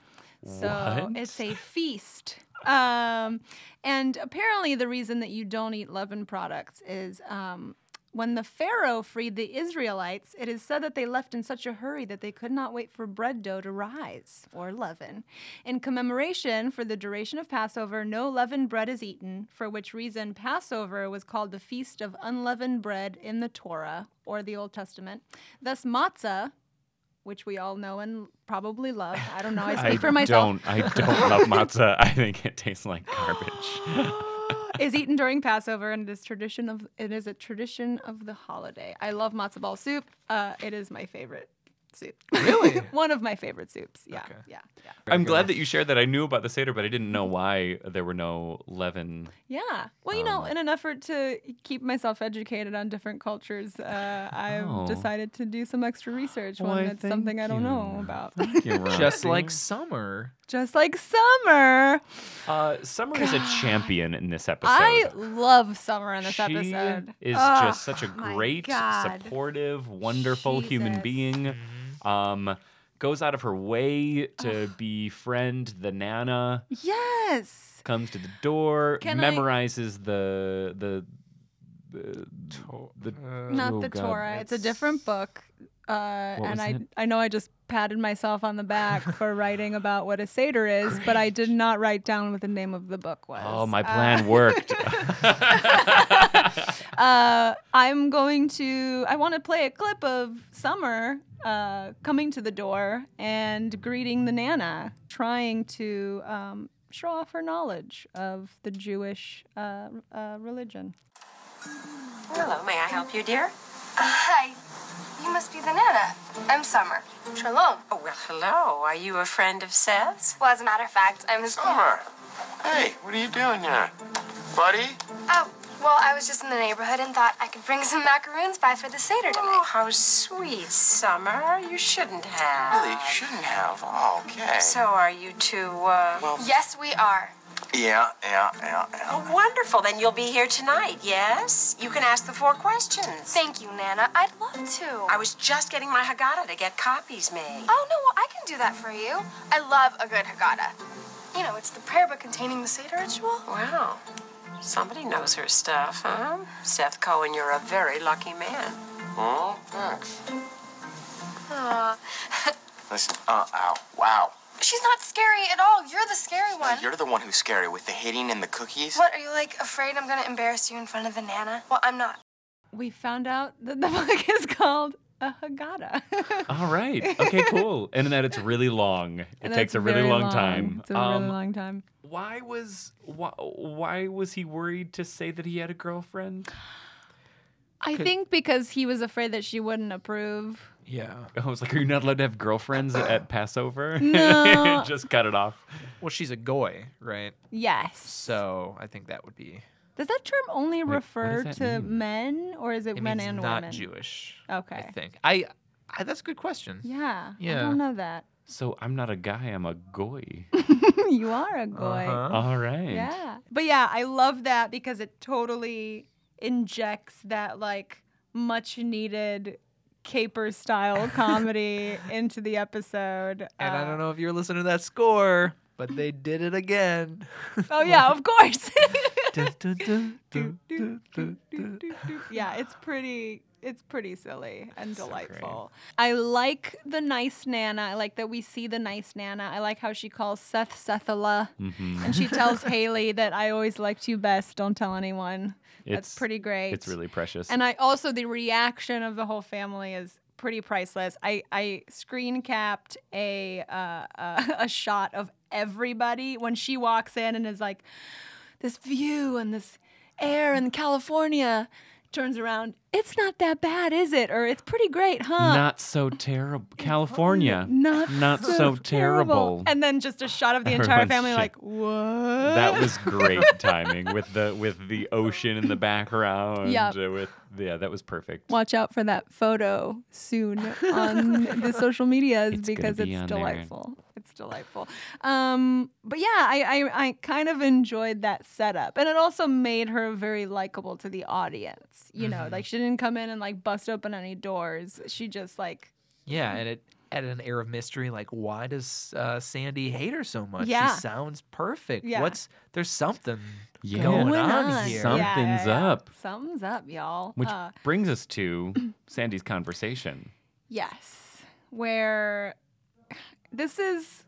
[SPEAKER 4] So
[SPEAKER 5] What?
[SPEAKER 4] it's a feast. Um, and apparently, the reason that you don't eat leavened products is um, when the Pharaoh freed the Israelites, it is said that they left in such a hurry that they could not wait for bread dough to rise or leaven. In commemoration for the duration of Passover, no leavened bread is eaten, for which reason Passover was called the Feast of Unleavened Bread in the Torah or the Old Testament. Thus, matzah. Which we all know and probably love. I don't know.
[SPEAKER 5] (laughs)
[SPEAKER 4] I speak
[SPEAKER 5] I
[SPEAKER 4] for myself.
[SPEAKER 5] don't.
[SPEAKER 4] (laughs)
[SPEAKER 5] I don't love matzah. I think it tastes like
[SPEAKER 4] (gasps)
[SPEAKER 5] garbage.
[SPEAKER 4] is eaten during Passover and it is tradition of it is a tradition of the holiday. I love matzo ball soup. Uh, it is my favorite soup.
[SPEAKER 6] Really?
[SPEAKER 4] (laughs) One of my favorite soups. Yeah. Yeah. Yeah.
[SPEAKER 5] I'm glad that you shared that. I knew about the seder, but I didn't know why there were no leaven.
[SPEAKER 4] Yeah. Well, you
[SPEAKER 5] Um,
[SPEAKER 4] know, in an effort to keep myself educated on different cultures, uh, I've
[SPEAKER 5] Oh.
[SPEAKER 4] decided to do some extra research
[SPEAKER 5] Why,
[SPEAKER 4] when it's something I don't
[SPEAKER 5] thank
[SPEAKER 4] know
[SPEAKER 5] you.
[SPEAKER 4] about. (laughs)
[SPEAKER 5] (laughs)
[SPEAKER 6] (laughs) Just (laughs) like summer.
[SPEAKER 4] Just like summer.
[SPEAKER 5] uh, Summer is a champion in this episode.
[SPEAKER 4] I love summer in this
[SPEAKER 5] she
[SPEAKER 4] episode.
[SPEAKER 5] is
[SPEAKER 4] Ugh,
[SPEAKER 5] just such a
[SPEAKER 4] my
[SPEAKER 5] great,
[SPEAKER 4] God.
[SPEAKER 5] supportive, wonderful human
[SPEAKER 4] Jesus.
[SPEAKER 5] being. Um, goes out of her way to befriend the nana.
[SPEAKER 4] Yes.
[SPEAKER 5] Comes to the door,
[SPEAKER 4] Can I-
[SPEAKER 5] memorizes the the the, the
[SPEAKER 4] not
[SPEAKER 5] oh
[SPEAKER 4] the
[SPEAKER 5] God,
[SPEAKER 4] Torah. It's a different book. Uh,
[SPEAKER 5] What
[SPEAKER 4] and
[SPEAKER 5] was
[SPEAKER 4] I,
[SPEAKER 5] it?
[SPEAKER 4] I know I just patted myself on the
[SPEAKER 5] (laughs)
[SPEAKER 4] back for writing about what a Seder is, but I did not write down what the name of the book was.
[SPEAKER 5] Oh, my
[SPEAKER 4] Uh, (laughs)
[SPEAKER 5] plan worked.
[SPEAKER 4] uh, I'm going to, I want to play a clip of Summer uh, coming to the door and greeting the Nana, trying to um, show off her knowledge of the Jewish uh, uh, religion.
[SPEAKER 10] Hello, may I help you, dear?
[SPEAKER 8] Uh, Hi. You must be the Nana. I'm Summer. Shalom.
[SPEAKER 10] Oh, well, hello. Are you a friend of Seth's?
[SPEAKER 8] Well, as a matter of fact, I'm his.
[SPEAKER 7] Summer. Hey, what are you doing here? Buddy?
[SPEAKER 8] Oh, well, I was just in the neighborhood and thought I could bring some macaroons by for the Seder
[SPEAKER 10] Oh,
[SPEAKER 8] tonight.
[SPEAKER 10] how sweet, Summer. You shouldn't
[SPEAKER 7] Really, you
[SPEAKER 10] have.
[SPEAKER 7] shouldn't have. Oh, okay.
[SPEAKER 10] So are you two, uh...
[SPEAKER 7] well,
[SPEAKER 8] Yes, we are.
[SPEAKER 7] yeah, yeah, yeah, yeah.
[SPEAKER 10] Oh, wonderful. Then you'll be here tonight, yes? You can ask the four questions.
[SPEAKER 8] Thank you, Nana. I'd love to.
[SPEAKER 10] I was just getting my Haggadah to get copies made.
[SPEAKER 8] Oh, no, well, I can do that for you. I love a good Haggadah. You know, it's the prayer book containing the Seder ritual.
[SPEAKER 10] Wow. Somebody knows her stuff, huh? Seth Cohen, you're a very lucky man.
[SPEAKER 7] Oh, thanks.
[SPEAKER 8] Aw.
[SPEAKER 7] Listen, uh, ow, wow.
[SPEAKER 8] She's not scary at all. You're the scary one.
[SPEAKER 7] You're the one who's scary with the hating and the cookies.
[SPEAKER 8] What, are you like afraid I'm gonna embarrass you in front of the Nana? Well, I'm not.
[SPEAKER 4] we found out that the (laughs) book is called a Haggadah. (laughs)
[SPEAKER 5] All right. Okay, cool. And in that it's really long. It
[SPEAKER 4] And
[SPEAKER 5] takes
[SPEAKER 4] that's
[SPEAKER 5] a really
[SPEAKER 4] very
[SPEAKER 5] long, time. Um,
[SPEAKER 4] It's a really long time.
[SPEAKER 5] Why was why, why was he worried to say that he had a girlfriend? (laughs)
[SPEAKER 4] I think because he was afraid that she wouldn't approve.
[SPEAKER 6] Yeah.
[SPEAKER 5] I was like, are you not allowed to have
[SPEAKER 4] (sighs)
[SPEAKER 5] girlfriends at Passover? (laughs)
[SPEAKER 4] No.
[SPEAKER 5] Just cut it off.
[SPEAKER 6] Well, she's a goy, right?
[SPEAKER 4] Yes.
[SPEAKER 6] So I think that would be.
[SPEAKER 4] Does that term only
[SPEAKER 5] what does
[SPEAKER 4] refer
[SPEAKER 5] that
[SPEAKER 4] to
[SPEAKER 5] mean?
[SPEAKER 4] men or is it,
[SPEAKER 6] It
[SPEAKER 4] men
[SPEAKER 6] means
[SPEAKER 4] and
[SPEAKER 6] not
[SPEAKER 4] women?
[SPEAKER 6] Jewish.
[SPEAKER 4] Okay.
[SPEAKER 6] I think. I, I. That's a good question.
[SPEAKER 4] Yeah. I
[SPEAKER 6] Yeah.
[SPEAKER 4] don't know that. (laughs)
[SPEAKER 5] So I'm not a guy, I'm a goy.
[SPEAKER 4] you are a goy.
[SPEAKER 6] Uh-huh.
[SPEAKER 5] All right. (laughs)
[SPEAKER 4] Yeah. But yeah, I love that because it totally injects that like much needed caper
[SPEAKER 5] (laughs)
[SPEAKER 4] style comedy into the episode.
[SPEAKER 6] And I
[SPEAKER 4] Uh,
[SPEAKER 6] don't know if you're listening to that score,
[SPEAKER 4] (laughs)
[SPEAKER 6] but they did it again.
[SPEAKER 4] Oh
[SPEAKER 5] (laughs)
[SPEAKER 4] yeah, of course.
[SPEAKER 6] Dun, dun, dun,
[SPEAKER 4] (laughs) Do,
[SPEAKER 6] dun,
[SPEAKER 4] do,
[SPEAKER 6] dun,
[SPEAKER 4] do,
[SPEAKER 6] dun,
[SPEAKER 4] do,
[SPEAKER 6] dun.
[SPEAKER 4] do, do. yeah, it's pretty it's pretty silly and delightful. I like the nice nana. I like that we see the nice nana. I like how she calls Seth Sethala.
[SPEAKER 5] Mhm.
[SPEAKER 4] And she (laughs) tells Haley that I always liked you best. Don't tell anyone.
[SPEAKER 5] It's-
[SPEAKER 4] That's pretty great.
[SPEAKER 5] It's really precious.
[SPEAKER 4] And I also the reaction of the whole family is pretty priceless. I I screen capped a uh, a, (laughs) a shot of everybody when she walks in and is like, this view and this air in California. Turns around, it's not that bad, is it? Or it's pretty great, huh?
[SPEAKER 5] not so terrible. California.
[SPEAKER 4] Not,
[SPEAKER 5] not so terrible.
[SPEAKER 4] And then just a shot of
[SPEAKER 5] (laughs)
[SPEAKER 4] the entire
[SPEAKER 5] Everyone's
[SPEAKER 4] family,
[SPEAKER 5] shit.
[SPEAKER 4] like, what? (laughs)
[SPEAKER 5] That was great timing with the with the ocean in the background.
[SPEAKER 4] Yep.
[SPEAKER 5] uh, With yeah, that was perfect.
[SPEAKER 4] watch out for that photo
[SPEAKER 5] (laughs)
[SPEAKER 4] soon on the social medias
[SPEAKER 5] It's gonna
[SPEAKER 4] because
[SPEAKER 5] be
[SPEAKER 4] it's
[SPEAKER 5] on there.
[SPEAKER 4] delightful. It's delightful. Um, but yeah, I, I I kind of enjoyed that setup, and it also made her very likable to the audience. You
[SPEAKER 5] Mm-hmm.
[SPEAKER 4] know, like she didn't come in and like bust open any doors. She just like
[SPEAKER 6] Yeah, and it added an air of mystery. Like, why does uh, Sandy hate her so much?
[SPEAKER 4] Yeah.
[SPEAKER 6] She sounds perfect.
[SPEAKER 4] Yeah.
[SPEAKER 6] What's there's something
[SPEAKER 5] Yeah.
[SPEAKER 6] going
[SPEAKER 4] went
[SPEAKER 6] on,
[SPEAKER 4] on.
[SPEAKER 6] here?
[SPEAKER 5] Something.
[SPEAKER 4] Yeah, yeah,
[SPEAKER 5] Something's
[SPEAKER 4] yeah.
[SPEAKER 5] up.
[SPEAKER 4] Something's up, y'all.
[SPEAKER 5] Which
[SPEAKER 4] Uh,
[SPEAKER 5] brings
[SPEAKER 4] (clears throat)
[SPEAKER 5] us to Sandy's conversation.
[SPEAKER 4] Yes, where this is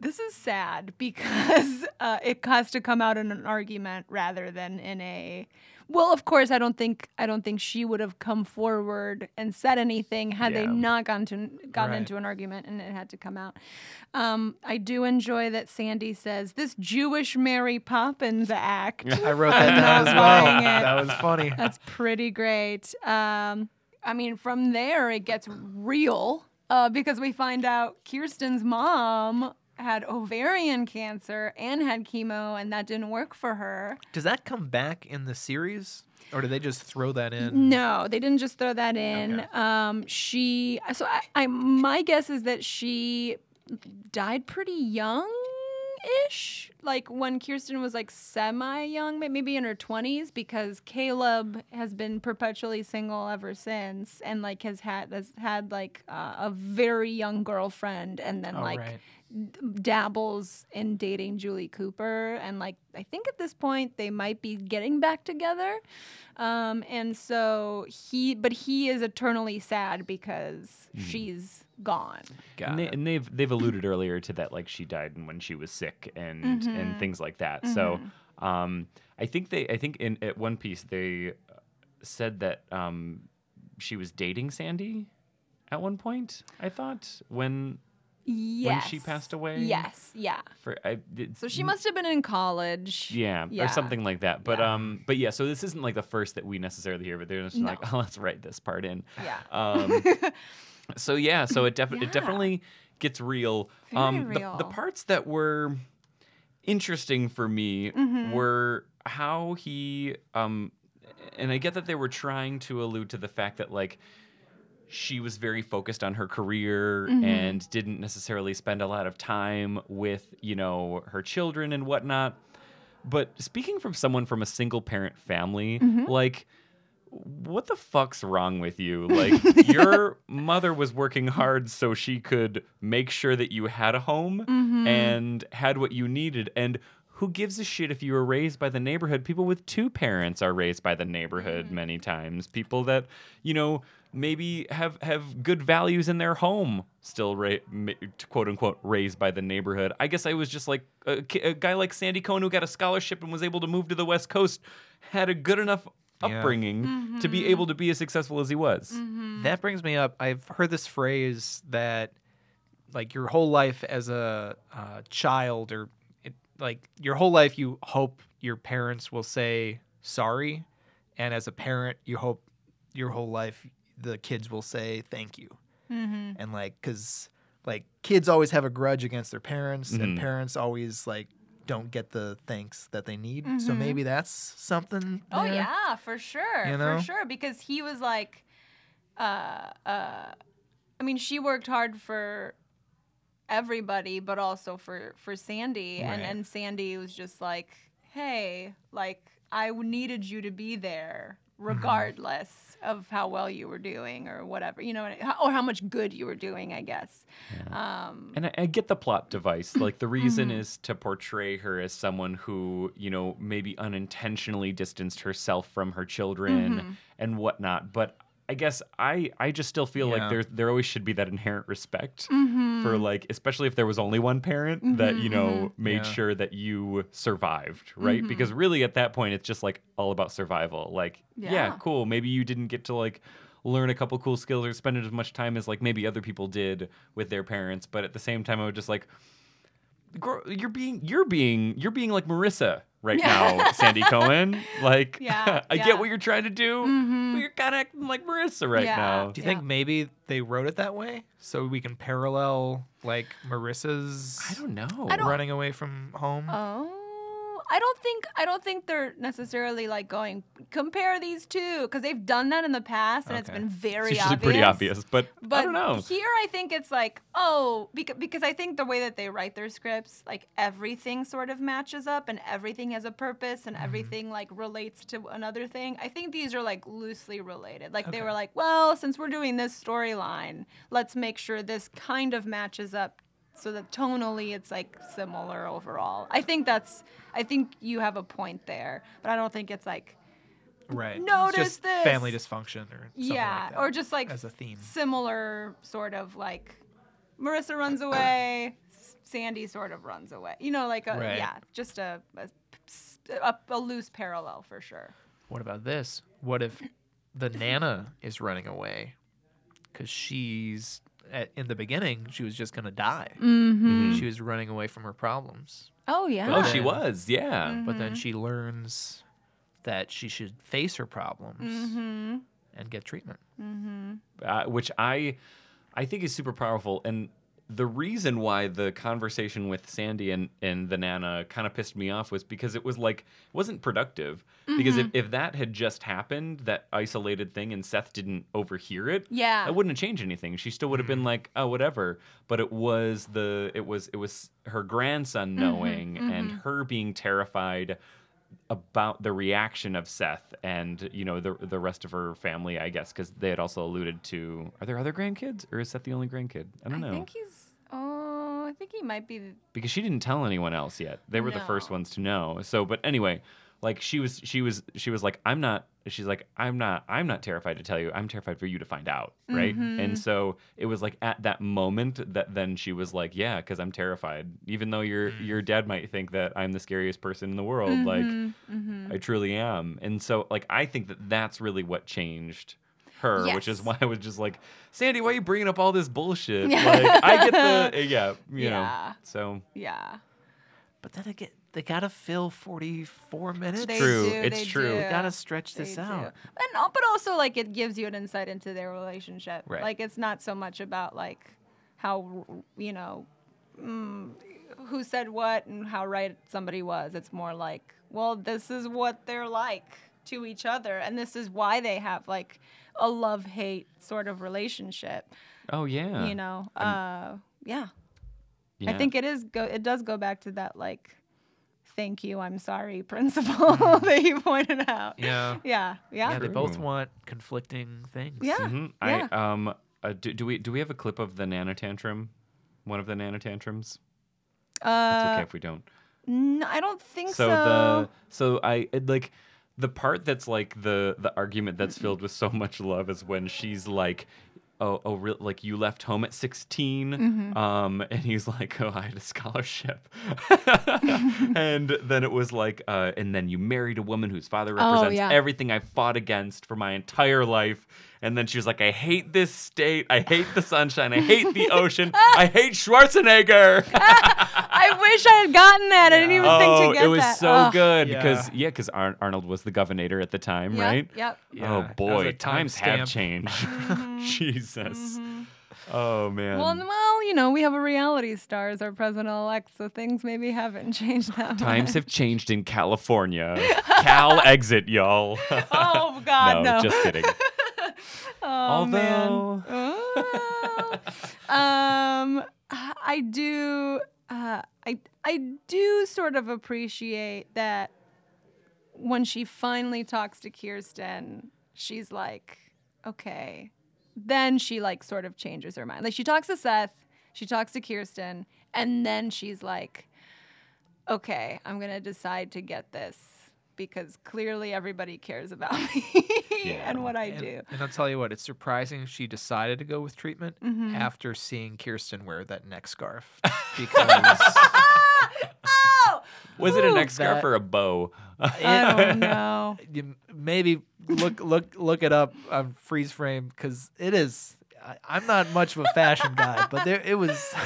[SPEAKER 4] this is sad (laughs) because uh, it has to come out in an argument rather than in a. Well, of course, I don't think I don't think she would have come forward and said anything had they
[SPEAKER 5] Yeah.
[SPEAKER 4] not gone to gotten
[SPEAKER 6] Right.
[SPEAKER 4] into an argument and it had to come out. Um, I do enjoy that Sandy says this Jewish Mary Poppins act.
[SPEAKER 6] I wrote that down
[SPEAKER 4] not
[SPEAKER 6] as well.
[SPEAKER 4] buying it.
[SPEAKER 6] That was funny. (laughs)
[SPEAKER 4] That's pretty great. Um, I mean, from there it gets real uh, because we find out Kirsten's mom had ovarian cancer and had chemo, and that didn't work for her.
[SPEAKER 6] Does that come back in the series, or do they just throw that in?
[SPEAKER 4] No, they didn't just throw that in.
[SPEAKER 6] Okay.
[SPEAKER 4] Um, she, so I, I, my guess is that she died pretty young. Ish, like when Kirsten was like semi young, maybe in her 20s, because Caleb has been perpetually single ever since and like has had has had like uh, a very young girlfriend and then
[SPEAKER 6] Oh,
[SPEAKER 4] like
[SPEAKER 6] right.
[SPEAKER 4] dabbles in dating Julie Cooper, and like I think at this point they might be getting back together. Um, and so he, but he is eternally sad because she's gone.
[SPEAKER 5] And, they, and they've they've alluded earlier to that, like she died when she was sick and
[SPEAKER 4] Mm-hmm.
[SPEAKER 5] and things like that. So, um, I think they I think in at one piece they uh, said that um, she was dating Sandy at one point. I thought when
[SPEAKER 4] Yes.
[SPEAKER 5] she passed away?
[SPEAKER 4] Yes. Yeah.
[SPEAKER 5] for I did,
[SPEAKER 4] So she must have been in college.
[SPEAKER 5] Hmm. yeah,
[SPEAKER 4] Yeah.
[SPEAKER 5] or something like that. But um, but yeah. So this isn't like the first that we necessarily hear, but they're just like, (laughs) oh, let's write this part in.
[SPEAKER 4] Yeah. (laughs)
[SPEAKER 5] Um, (laughs) so yeah, so it, defi-
[SPEAKER 4] Yeah.
[SPEAKER 5] it definitely gets real. Um,
[SPEAKER 4] Very
[SPEAKER 5] the- The,
[SPEAKER 4] real.
[SPEAKER 5] parts that were interesting for me
[SPEAKER 4] Mm-hmm.
[SPEAKER 5] were how he um, and I get that they were trying to allude to the fact that like she was very focused on her career
[SPEAKER 4] Mm-hmm.
[SPEAKER 5] and didn't necessarily spend a lot of time with you know her children and whatnot. But speaking from someone from a single parent family,
[SPEAKER 4] Mm-hmm.
[SPEAKER 5] like what the fuck's wrong with you? Like, your mother was working hard so she could make sure that you had a home and had what you needed. And who gives a shit if you were raised by the neighborhood? People with two parents are raised by the neighborhood many times. People that, you know, maybe have have good values in their home still ra- ma- quote unquote raised by the neighborhood i guess i was just like a, ki- a guy like sandy cohen who got a scholarship and was able to move to the west coast had a good enough
[SPEAKER 6] Yeah.
[SPEAKER 5] upbringing to be able to be as successful as he was.
[SPEAKER 6] That brings me up. I've heard this phrase that, like, your whole life as a uh, child, or it, like your whole life, you hope your parents will say sorry, and as a parent, you hope your whole life the kids will say thank you, and like because like kids always have a grudge against their parents, and parents always like don't get the thanks that they need. So maybe that's something.
[SPEAKER 4] Oh
[SPEAKER 6] there.
[SPEAKER 4] yeah, for sure,
[SPEAKER 6] You know?
[SPEAKER 4] for sure. Because he was like, uh, uh, I mean, she worked hard for everybody, but also for for Sandy, and
[SPEAKER 6] Right.
[SPEAKER 4] and Sandy was just like, hey, like I w- needed you to be there
[SPEAKER 6] Mm-hmm.
[SPEAKER 4] regardless of how well you were doing or whatever you know what I- or how much good you were doing i guess
[SPEAKER 5] And I, I get the plot (laughs) device. Like the reason is to portray her as someone who, you know, maybe unintentionally distanced herself from her children and whatnot. But I guess I I just still feel
[SPEAKER 6] Yeah.
[SPEAKER 5] like there there always should be that inherent respect for like, especially if there was only one parent that you know made
[SPEAKER 6] Yeah.
[SPEAKER 5] sure that you survived, right? Because really at that point it's just like all about survival. Like yeah,
[SPEAKER 4] Yeah.
[SPEAKER 5] cool. Maybe you didn't get to like learn a couple cool skills or spend as much time as like maybe other people did with their parents. But at the same time, I was just like, "Gr- you're being, you're being, you're being like Marissa right now,
[SPEAKER 4] (laughs)
[SPEAKER 5] Sandy Cohen. Like,
[SPEAKER 4] Yeah,
[SPEAKER 5] (laughs) I
[SPEAKER 4] yeah. Mm-hmm.
[SPEAKER 5] get what you're trying to do, but you're kind of acting like Marissa right
[SPEAKER 4] Yeah.
[SPEAKER 5] now.
[SPEAKER 6] Do you think maybe they wrote it that way so we can parallel like Marissa's
[SPEAKER 5] I don't know.
[SPEAKER 6] running away from home?
[SPEAKER 4] Uh,
[SPEAKER 5] Mm-hmm.
[SPEAKER 4] Oh, I don't think I don't think they're necessarily like going compare these two because they've done that in the past and it's
[SPEAKER 6] Okay.
[SPEAKER 4] been very
[SPEAKER 5] It's usually
[SPEAKER 4] obvious.
[SPEAKER 5] pretty obvious, but,
[SPEAKER 4] But
[SPEAKER 5] I don't know.
[SPEAKER 4] here, I think it's like oh, because because I think the way that they write their scripts, like everything sort of matches up and everything has a purpose
[SPEAKER 5] Mm-hmm.
[SPEAKER 4] and everything like relates to another thing. I think these are like loosely related. Like they were like, well, since we're doing this storyline, let's make sure this kind of matches up so that tonally it's like similar overall. I think that's I think you have a point there, but I don't think it's like
[SPEAKER 6] right. It's
[SPEAKER 4] notice
[SPEAKER 6] just
[SPEAKER 4] this.
[SPEAKER 6] Family dysfunction or something
[SPEAKER 4] yeah,
[SPEAKER 6] like that
[SPEAKER 4] or just like
[SPEAKER 6] as a theme.
[SPEAKER 4] similar sort of like Marissa runs away, S- Sandy sort of runs away. You know, like a
[SPEAKER 6] Right.
[SPEAKER 4] yeah, just a a, a a loose parallel for sure.
[SPEAKER 6] What about this? What if
[SPEAKER 4] (laughs)
[SPEAKER 6] the Nana is running away? Because she's, at, in the beginning, she was just going to die.
[SPEAKER 4] Mm-hmm.
[SPEAKER 6] She was running away from her problems.
[SPEAKER 11] Oh yeah.
[SPEAKER 5] oh, she was, yeah.
[SPEAKER 4] Mm-hmm.
[SPEAKER 6] But then she learns that she should face her problems
[SPEAKER 4] Mm-hmm.
[SPEAKER 6] and get treatment.
[SPEAKER 5] uh, which I I think is super powerful. And the reason why the conversation with Sandy and, and the Nana kind of pissed me off was because it was like it wasn't productive. Because if, if that had just happened, that isolated thing, and Seth didn't overhear it,
[SPEAKER 4] Yeah.
[SPEAKER 5] that wouldn't have changed anything. She still would have been like, oh, whatever. But it was the it was it was her grandson knowing and her being terrified about the reaction of Seth and you know the the rest of her family, I guess, because they had also alluded to. Are there other grandkids, or is Seth the only grandkid? I don't
[SPEAKER 4] I
[SPEAKER 5] know
[SPEAKER 4] think he's oh, I think he might be
[SPEAKER 5] because she didn't tell anyone else yet. They were the first
[SPEAKER 4] No.
[SPEAKER 5] ones to know. So, but anyway, like she was, she was, she was like, I'm not. She's like, I'm not, I'm not terrified to tell you. I'm terrified for you to find out, right?
[SPEAKER 4] Mm-hmm.
[SPEAKER 5] And so it was like at that moment that then she was like, yeah, because I'm terrified. Even though your your dad might think that I'm the scariest person in the world,
[SPEAKER 4] Mm-hmm.
[SPEAKER 5] like I truly am. And so like I think that that's really what changed. Her, which is
[SPEAKER 4] Yes.
[SPEAKER 5] why I was just like, Sandy, why are you bringing up all this
[SPEAKER 4] (laughs)
[SPEAKER 5] bullshit? Like, I get the, yeah, you know.
[SPEAKER 4] Yeah.
[SPEAKER 5] So
[SPEAKER 4] yeah.
[SPEAKER 6] But then again, they gotta fill 44 minutes.
[SPEAKER 4] They
[SPEAKER 5] true.
[SPEAKER 4] do,
[SPEAKER 5] It's
[SPEAKER 4] they
[SPEAKER 5] true.
[SPEAKER 4] do.
[SPEAKER 5] They
[SPEAKER 6] They gotta stretch
[SPEAKER 4] They
[SPEAKER 6] this
[SPEAKER 4] do.
[SPEAKER 6] out.
[SPEAKER 4] And al- but also like it gives you an insight into their relationship.
[SPEAKER 6] Right.
[SPEAKER 4] Like it's not so much about like how you know mm, who said what and how right somebody was. It's more like, well, this is what they're like to each other and this is why they have like a love-hate sort of relationship,
[SPEAKER 5] Oh yeah.
[SPEAKER 4] you know. Uh yeah.
[SPEAKER 5] Yeah.
[SPEAKER 4] I think it is go it does go back to that like thank you, I'm sorry (laughs) principle that you pointed out.
[SPEAKER 6] Yeah.
[SPEAKER 4] Yeah. Yeah.
[SPEAKER 6] Yeah, they both
[SPEAKER 5] True.
[SPEAKER 6] want conflicting things.
[SPEAKER 4] Yeah.
[SPEAKER 5] Mhm.
[SPEAKER 4] Yeah.
[SPEAKER 5] I um uh, do, do we do we have a clip of the nana tantrum? One of the nana tantrums? It's okay
[SPEAKER 4] Uh,
[SPEAKER 5] if we don't.
[SPEAKER 4] n- I don't think so.
[SPEAKER 5] So the so I it, like the part that's like the the argument that's filled with so much love is when she's like Oh, oh, real, like you left home at 16, um, (laughs) and he's like, "Oh, I had a scholarship," (laughs) and then it was like, uh, "And then you married a woman whose father represents
[SPEAKER 11] yeah.
[SPEAKER 5] everything I fought against for my entire life," and then she was like, "I hate this state, I hate the sunshine, I hate the ocean, I hate Schwarzenegger."
[SPEAKER 4] I I wish I had gotten that. I (laughs) didn't even think
[SPEAKER 5] Oh,
[SPEAKER 4] to get
[SPEAKER 5] it was
[SPEAKER 4] that.
[SPEAKER 5] so
[SPEAKER 4] Ugh.
[SPEAKER 5] good
[SPEAKER 6] Yeah.
[SPEAKER 5] because yeah, because Ar- Arnold was the governor at the time,
[SPEAKER 4] Yep,
[SPEAKER 5] right?
[SPEAKER 4] Yep. Mm-hmm.
[SPEAKER 6] Yeah, that
[SPEAKER 5] oh
[SPEAKER 6] was
[SPEAKER 5] boy,
[SPEAKER 6] a
[SPEAKER 5] times have
[SPEAKER 6] timestamp.
[SPEAKER 4] (laughs)
[SPEAKER 5] changed. (laughs) Jesus. Oh man.
[SPEAKER 4] Well, n- well, you know, we have a reality star as our president-elect, so things maybe haven't (laughs) changed that
[SPEAKER 5] Times
[SPEAKER 4] much. (laughs)
[SPEAKER 5] have changed in California. Cal exit, y'all.
[SPEAKER 4] (laughs)
[SPEAKER 5] (laughs)
[SPEAKER 4] Oh God, no.
[SPEAKER 5] just kidding.
[SPEAKER 4] (laughs) oh man.
[SPEAKER 5] Although-
[SPEAKER 4] Oh. um, I do. Uh, I I do sort of appreciate that when she finally talks to Kirsten, she's like, okay. Then she like sort of changes her mind. Like she talks to Seth, she talks to Kirsten, and then she's like, okay, I'm gonna decide to get this because clearly everybody cares about (laughs) me and what I do.
[SPEAKER 6] And I'll tell you what, it's surprising she decided to go with treatment after seeing Kirsten wear that neck
[SPEAKER 4] (laughs)
[SPEAKER 6] scarf. Because
[SPEAKER 4] Oh,
[SPEAKER 5] Was it an
[SPEAKER 4] Ooh,
[SPEAKER 5] neck scarf
[SPEAKER 6] that-
[SPEAKER 5] or a bow?
[SPEAKER 4] I don't know.
[SPEAKER 6] you maybe look look look it up on freeze frame because it is. I, I'm not much of a fashion guy, but there it was. (laughs)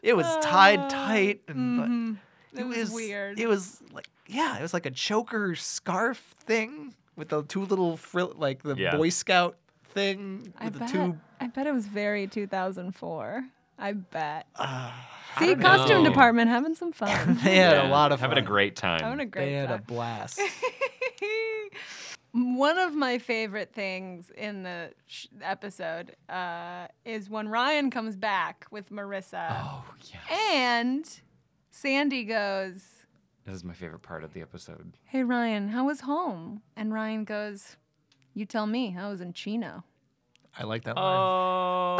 [SPEAKER 6] It was tied tight and like,
[SPEAKER 4] Uh, mm-hmm. It was weird.
[SPEAKER 6] It was like yeah, it was like a choker scarf thing with the two little frill, like the
[SPEAKER 5] Yeah.
[SPEAKER 6] Boy Scout thing
[SPEAKER 4] I
[SPEAKER 6] with the
[SPEAKER 4] bet. (laughs)
[SPEAKER 6] two.
[SPEAKER 4] I bet it was very 2004. I bet.
[SPEAKER 6] Uh,
[SPEAKER 4] See, costume department having some
[SPEAKER 6] (laughs)
[SPEAKER 4] fun.
[SPEAKER 6] They had a
[SPEAKER 5] Yeah,
[SPEAKER 6] lot
[SPEAKER 5] (laughs)
[SPEAKER 6] of
[SPEAKER 5] having
[SPEAKER 6] fun.
[SPEAKER 5] a great time.
[SPEAKER 4] having a great
[SPEAKER 6] They had a
[SPEAKER 4] time. (laughs)
[SPEAKER 6] blast.
[SPEAKER 4] One of my favorite things in the sh- episode uh, is when Ryan comes back with Marissa,
[SPEAKER 5] Oh yeah.
[SPEAKER 4] and Sandy goes,
[SPEAKER 5] This is my favorite part of the episode.
[SPEAKER 4] "Hey Ryan, how was home?" And Ryan goes, "You tell me. I was in Chino."
[SPEAKER 6] I like that line.
[SPEAKER 5] (laughs)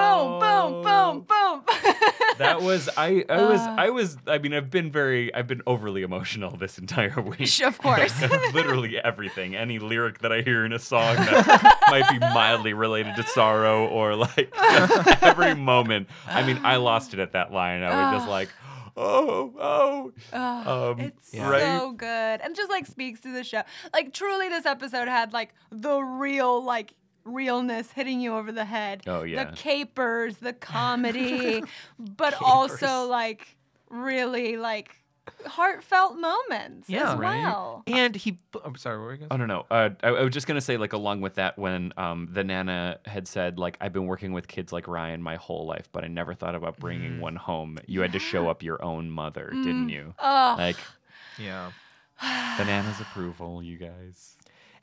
[SPEAKER 5] Oh.
[SPEAKER 4] Boom, boom, boom,
[SPEAKER 6] Oh.
[SPEAKER 4] boom. (laughs)
[SPEAKER 5] That was I. I was.
[SPEAKER 4] Uh.
[SPEAKER 5] I was. I mean, I've been very. I've been overly emotional this
[SPEAKER 4] (laughs)
[SPEAKER 5] entire week.
[SPEAKER 4] Sh- of
[SPEAKER 5] (laughs)
[SPEAKER 4] course.
[SPEAKER 5] Literally everything. Any lyric that I hear in a
[SPEAKER 4] (laughs)
[SPEAKER 5] song that might be mildly related to sorrow or like (laughs) just every moment. I mean, I lost it at that line. I was
[SPEAKER 4] Ah.
[SPEAKER 5] just like, oh, oh. um,
[SPEAKER 4] It's
[SPEAKER 5] right?
[SPEAKER 4] so good. And just like speaks to the show. Like truly this episode had like the real like realness hitting you over the head.
[SPEAKER 5] Oh, yeah.
[SPEAKER 4] The capers,
[SPEAKER 5] (laughs)
[SPEAKER 4] the comedy, but also like really like heartfelt moments
[SPEAKER 6] Yeah,
[SPEAKER 4] as
[SPEAKER 6] right?
[SPEAKER 4] well.
[SPEAKER 6] And he. I'm sorry. What were you going?
[SPEAKER 5] Oh no no! Uh, I, I was just gonna say like along with that when um, the nana had said like I've been working with kids like Ryan my whole life, but I never thought about bringing
[SPEAKER 4] Mm.
[SPEAKER 5] one home. You had to show up your own mother, didn't you?
[SPEAKER 4] Oh.
[SPEAKER 5] Like
[SPEAKER 6] Yeah.
[SPEAKER 4] (sighs)
[SPEAKER 5] the nana's approval, you guys.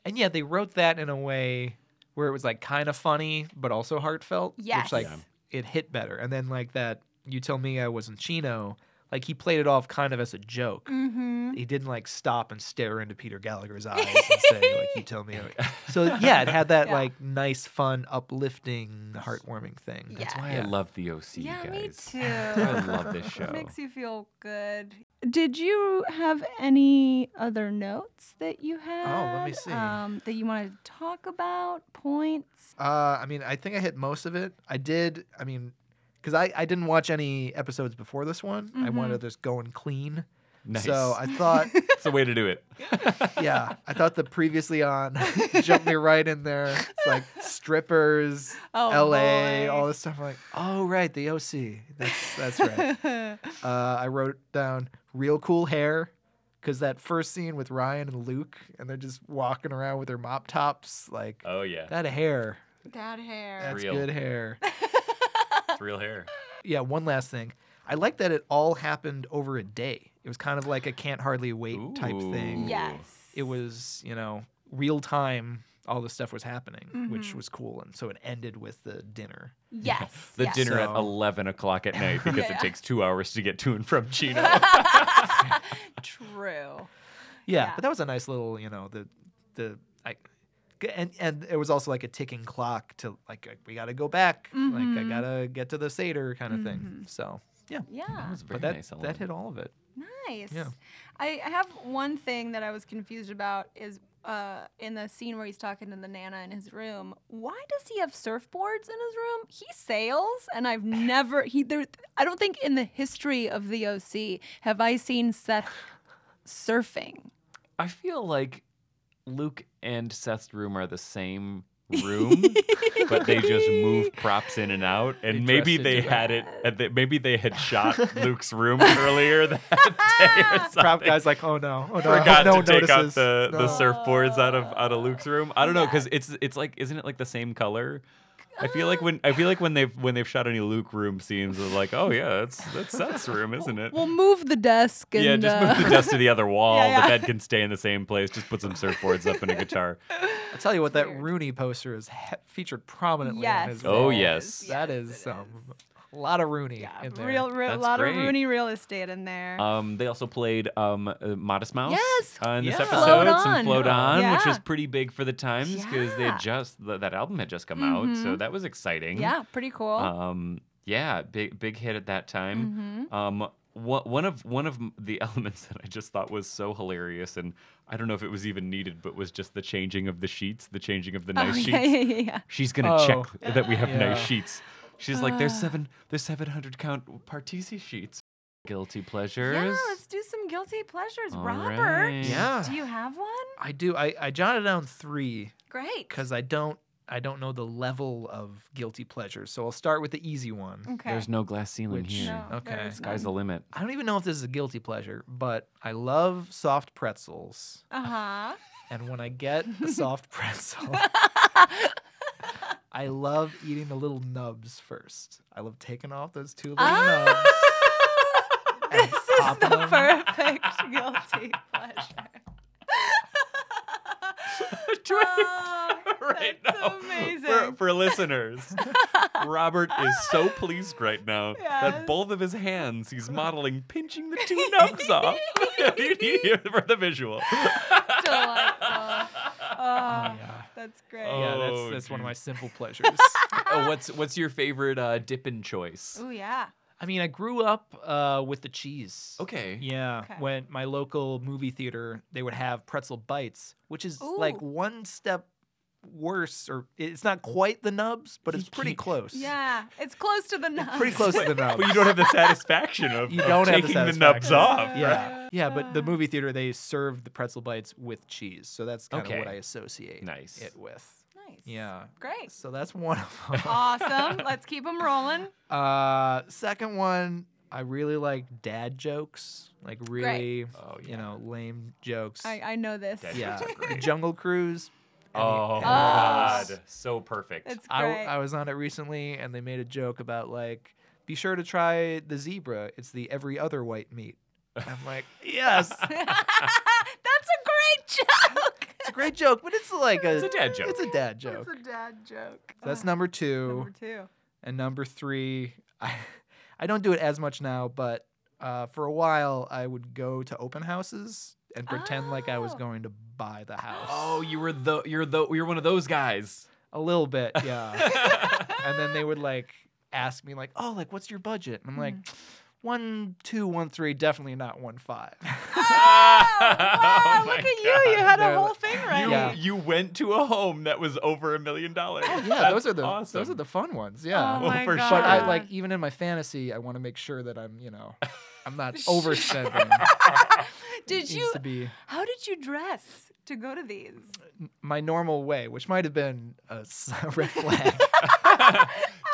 [SPEAKER 6] And yeah, they wrote that in a way where it was like kind of funny but also heartfelt.
[SPEAKER 4] Yes.
[SPEAKER 6] Which like
[SPEAKER 4] Yeah.
[SPEAKER 6] it hit better. And then like that you tell me I was in Chino, like he played it off kind of as a joke.
[SPEAKER 4] Mm-hmm.
[SPEAKER 6] He didn't like stop and stare into Peter Gallagher's eyes and say like you tell me. I-" So (laughs) yeah, it had
[SPEAKER 4] (laughs)
[SPEAKER 6] that
[SPEAKER 4] Yeah.
[SPEAKER 6] like nice, fun, uplifting, heartwarming thing.
[SPEAKER 4] That's Yeah.
[SPEAKER 5] Why
[SPEAKER 6] Yeah.
[SPEAKER 5] I love the OC,
[SPEAKER 4] Yeah,
[SPEAKER 5] you
[SPEAKER 4] me
[SPEAKER 5] guys.
[SPEAKER 4] too.
[SPEAKER 5] (laughs) I love this
[SPEAKER 4] (laughs)
[SPEAKER 5] show.
[SPEAKER 4] It makes you feel good. Did you have any other notes that you
[SPEAKER 5] Oh,
[SPEAKER 4] had?
[SPEAKER 6] let me see.
[SPEAKER 4] Um, that you wanted to talk about? Points?
[SPEAKER 6] Uh, I mean, I think I hit most of it. I did. I mean, because I, I didn't watch any episodes before this one. I wanted
[SPEAKER 4] Mm-hmm.
[SPEAKER 6] to just go and clean.
[SPEAKER 5] Nice.
[SPEAKER 6] So
[SPEAKER 4] (laughs)
[SPEAKER 6] I thought,
[SPEAKER 5] That's the way to do it.
[SPEAKER 6] yeah, I thought the previously on (laughs) jumped me right in there. It's like strippers,
[SPEAKER 4] Oh,
[SPEAKER 6] L.A.,
[SPEAKER 4] boy.
[SPEAKER 6] all this stuff. I'm like, oh right, the O.C. That's that's
[SPEAKER 4] (laughs)
[SPEAKER 6] right.
[SPEAKER 5] (laughs)
[SPEAKER 6] uh, I wrote down real cool hair. Because that first scene with Ryan and Luke, and they're just walking around with their mop tops, like
[SPEAKER 5] Oh yeah,
[SPEAKER 6] that hair,
[SPEAKER 4] That hair.
[SPEAKER 6] that's
[SPEAKER 5] Real.
[SPEAKER 6] good hair.
[SPEAKER 5] it's real hair.
[SPEAKER 6] yeah, one last thing. I like that it all happened over a day. It was kind of like a can't hardly wait type thing.
[SPEAKER 5] Ooh.
[SPEAKER 4] Yes.
[SPEAKER 6] It was, you know, real time all this stuff was happening, which was cool. And so it ended with the dinner.
[SPEAKER 4] Yes.
[SPEAKER 5] (laughs) The
[SPEAKER 4] yes.
[SPEAKER 5] dinner at
[SPEAKER 6] So-
[SPEAKER 5] eleven o'clock
[SPEAKER 4] (laughs)
[SPEAKER 5] at night because
[SPEAKER 4] Yeah.
[SPEAKER 5] it takes two hours to get to and
[SPEAKER 4] (laughs)
[SPEAKER 5] from Chino.
[SPEAKER 4] (laughs) True.
[SPEAKER 6] Yeah,
[SPEAKER 4] Yeah.
[SPEAKER 6] but that was a nice little, you know, the the I g- and and it was also like a ticking clock to like like, we got to go back, like I got to get to the Seder kind of thing. So, yeah.
[SPEAKER 4] Yeah.
[SPEAKER 5] Very
[SPEAKER 6] But that
[SPEAKER 5] nice
[SPEAKER 6] that
[SPEAKER 5] element.
[SPEAKER 6] hit all
[SPEAKER 5] (laughs)
[SPEAKER 6] of it.
[SPEAKER 4] Nice. I, I have one thing that I was confused about is uh, in the scene where he's talking to the nana in his room. Why does he have surfboards in his room? He sails, and I've never he there. I don't think in the history of the OC have I seen Seth surfing.
[SPEAKER 5] I feel like Luke and Seth's room are the same room, but they just move props in and out. And
[SPEAKER 6] They
[SPEAKER 5] maybe
[SPEAKER 6] dressed
[SPEAKER 5] they
[SPEAKER 6] into
[SPEAKER 5] had it. and they- Maybe they had shot Luke's room earlier that day or something.
[SPEAKER 6] Prop guy's like, oh no, oh no, I
[SPEAKER 5] (laughs)
[SPEAKER 6] hope
[SPEAKER 5] Forgot
[SPEAKER 6] no
[SPEAKER 5] to
[SPEAKER 6] one
[SPEAKER 5] take out
[SPEAKER 6] notices.
[SPEAKER 5] the, the
[SPEAKER 6] No.
[SPEAKER 5] surfboards out of out of Luke's room. I don't know because it's it's like isn't it like the same color? I feel like when I feel like when they've when they've shot any Luke room scenes, it's like oh yeah, that's that's Seth's room, isn't it?
[SPEAKER 4] We'll move the desk and
[SPEAKER 5] Yeah, just
[SPEAKER 4] uh, (laughs)
[SPEAKER 5] move the desk to the other wall.
[SPEAKER 4] Yeah, yeah.
[SPEAKER 5] The bed can stay in the same place. Just put some surfboards up and a
[SPEAKER 4] (laughs)
[SPEAKER 5] guitar.
[SPEAKER 6] I'll tell you what, that Rooney poster is he- featured prominently on
[SPEAKER 4] Yes,
[SPEAKER 6] his
[SPEAKER 4] it
[SPEAKER 5] Oh,
[SPEAKER 6] wall.
[SPEAKER 4] is.
[SPEAKER 5] yes.
[SPEAKER 6] That is um, a lot of Rooney
[SPEAKER 4] Yeah,
[SPEAKER 6] in there.
[SPEAKER 4] real, real,
[SPEAKER 5] That's
[SPEAKER 4] lot
[SPEAKER 5] great.
[SPEAKER 4] of Rooney real estate in there.
[SPEAKER 5] Um, they also played um, uh, Modest Mouse
[SPEAKER 4] Yes.
[SPEAKER 5] uh, in this
[SPEAKER 6] Yeah.
[SPEAKER 5] episode.
[SPEAKER 4] Float
[SPEAKER 5] Some
[SPEAKER 4] On.
[SPEAKER 5] Float On, which
[SPEAKER 4] Yeah.
[SPEAKER 5] was pretty big for the times because they
[SPEAKER 4] Yeah. Mm-hmm.
[SPEAKER 5] had just th- that album had just come out, so that was exciting.
[SPEAKER 4] yeah, pretty cool.
[SPEAKER 5] Um, yeah, big big hit at that
[SPEAKER 4] Mm-hmm.
[SPEAKER 5] time. Um, wha- one of one of m- the (laughs) elements that I just thought was so hilarious, and I don't know if it was even needed, but was just the changing of the sheets, the changing of the nice
[SPEAKER 4] oh, (laughs)
[SPEAKER 5] sheets.
[SPEAKER 4] yeah, yeah, yeah, yeah.
[SPEAKER 5] She's gonna
[SPEAKER 6] Oh.
[SPEAKER 5] check that we have nice
[SPEAKER 6] Yeah.
[SPEAKER 5] sheets. She's like, there's seven, there's seven hundred count Partisi sheets. Guilty pleasures.
[SPEAKER 9] Yeah, let's do some guilty pleasures.
[SPEAKER 5] All
[SPEAKER 9] Robert,
[SPEAKER 5] right.
[SPEAKER 6] Yeah.
[SPEAKER 9] do you have one?
[SPEAKER 6] I do. I, I jotted down three
[SPEAKER 9] Great.
[SPEAKER 6] because I don't I don't know the level of guilty pleasure. So I'll start with the easy one.
[SPEAKER 9] okay.
[SPEAKER 5] There's no glass ceiling
[SPEAKER 6] Which
[SPEAKER 5] here.
[SPEAKER 9] No,
[SPEAKER 6] okay.
[SPEAKER 9] there's
[SPEAKER 5] Sky's the limit.
[SPEAKER 6] I don't even know if this is a guilty pleasure, but I love soft pretzels.
[SPEAKER 9] Uh huh.
[SPEAKER 4] uh-huh.
[SPEAKER 5] (laughs)
[SPEAKER 6] And when I get a soft pretzel, I love eating the little nubs first. I love taking off those two little nubs.
[SPEAKER 4] (laughs) Ah, (laughs) this is
[SPEAKER 6] popping
[SPEAKER 4] the
[SPEAKER 6] them.
[SPEAKER 4] perfect
[SPEAKER 5] (laughs)
[SPEAKER 4] guilty pleasure. Oh,
[SPEAKER 5] (laughs) (laughs) right
[SPEAKER 4] that's
[SPEAKER 5] now. For,
[SPEAKER 4] amazing. (laughs)
[SPEAKER 5] for listeners, Robert is so pleased right now that
[SPEAKER 4] Yes.
[SPEAKER 5] both of his hands he's modeling pinching the two
[SPEAKER 4] (laughs)
[SPEAKER 5] nubs off. (laughs) for the visual.
[SPEAKER 4] Delightful. Oh,
[SPEAKER 6] Yeah.
[SPEAKER 4] that's great.
[SPEAKER 5] Oh.
[SPEAKER 6] Yeah, that's that's one of
[SPEAKER 5] geez.
[SPEAKER 6] my simple pleasures.
[SPEAKER 5] Oh, what's what's your favorite uh, dip and choice?
[SPEAKER 9] Oh yeah.
[SPEAKER 6] I mean, I grew up uh, with the cheese.
[SPEAKER 5] Okay.
[SPEAKER 6] Yeah,
[SPEAKER 9] Okay.
[SPEAKER 6] when my local movie theater, they would have pretzel bites, which is like
[SPEAKER 9] Ooh.
[SPEAKER 6] one step worse, or it's not quite the nubs, but it's pretty close.
[SPEAKER 9] Yeah. It's close to the nuts.
[SPEAKER 6] pretty close to
[SPEAKER 9] (laughs)
[SPEAKER 6] the nubs.
[SPEAKER 5] But you don't have the satisfaction of,
[SPEAKER 6] You
[SPEAKER 5] of
[SPEAKER 6] don't have the
[SPEAKER 5] taking the nubs
[SPEAKER 6] satisfaction.
[SPEAKER 5] off.
[SPEAKER 6] Yeah, yeah, but the movie theater they served the pretzel bites with cheese, so that's kind of what
[SPEAKER 5] Okay.
[SPEAKER 6] I associate
[SPEAKER 5] Nice.
[SPEAKER 6] it with.
[SPEAKER 9] Nice.
[SPEAKER 6] Yeah,
[SPEAKER 9] Great.
[SPEAKER 6] so that's one of
[SPEAKER 9] (laughs)
[SPEAKER 6] them.
[SPEAKER 9] Awesome. Let's keep them rolling.
[SPEAKER 6] Uh, second one, I really like dad jokes, like really,
[SPEAKER 5] Oh, yeah.
[SPEAKER 6] you know, lame jokes.
[SPEAKER 4] I, I know this. (laughs)
[SPEAKER 5] Dead
[SPEAKER 6] yeah,
[SPEAKER 5] jokes are great.
[SPEAKER 6] Jungle Cruise. and the-
[SPEAKER 5] Oh, my
[SPEAKER 6] and the
[SPEAKER 5] God.
[SPEAKER 6] nubs.
[SPEAKER 5] So perfect.
[SPEAKER 4] It's
[SPEAKER 6] I, w-
[SPEAKER 9] (laughs)
[SPEAKER 4] great.
[SPEAKER 6] I was on it recently and they made a joke about like be sure to try the zebra it's the every other white meat i'm like yes
[SPEAKER 9] That's a great
[SPEAKER 6] (laughs)
[SPEAKER 9] joke.
[SPEAKER 6] it's a great joke but it's like a
[SPEAKER 5] It's a dad joke.
[SPEAKER 6] it's a dad joke
[SPEAKER 9] It's a dad joke.
[SPEAKER 6] that's number two
[SPEAKER 4] Number two.
[SPEAKER 6] and number three i i don't do it as much now but uh, for a while i would go to open houses and pretend like i was
[SPEAKER 9] Oh.
[SPEAKER 6] going to buy the house
[SPEAKER 5] oh, you were the you're the you're one of those
[SPEAKER 4] (laughs)
[SPEAKER 5] guys.
[SPEAKER 6] a little bit yeah
[SPEAKER 5] (laughs)
[SPEAKER 4] Oh,
[SPEAKER 6] and then they would like ask me like, "Oh, like what's your budget?" And I'm like,
[SPEAKER 4] Mm.
[SPEAKER 6] one, two, one, three, definitely not one five.
[SPEAKER 5] (laughs)
[SPEAKER 9] Oh,
[SPEAKER 5] wow,
[SPEAKER 6] Oh
[SPEAKER 4] look at you. You had
[SPEAKER 6] (laughs) They're
[SPEAKER 4] a Ah, whole
[SPEAKER 6] like-
[SPEAKER 4] thing right.
[SPEAKER 5] You,
[SPEAKER 6] Yeah.
[SPEAKER 5] you went to a home that was over a million dollars.
[SPEAKER 6] yeah, those
[SPEAKER 5] That's
[SPEAKER 6] are the
[SPEAKER 5] awesome.
[SPEAKER 6] those are the fun ones. Yeah,
[SPEAKER 4] Oh my
[SPEAKER 5] for
[SPEAKER 4] God.
[SPEAKER 6] but I
[SPEAKER 5] sure.
[SPEAKER 6] like even in my fantasy, I want to make sure that I'm you know,
[SPEAKER 4] (laughs)
[SPEAKER 6] I'm not overspending.
[SPEAKER 9] Did
[SPEAKER 6] It
[SPEAKER 9] you?
[SPEAKER 6] needs to be
[SPEAKER 9] How did you dress to go to these?
[SPEAKER 6] my normal way, which might have been a s- (laughs) red flag.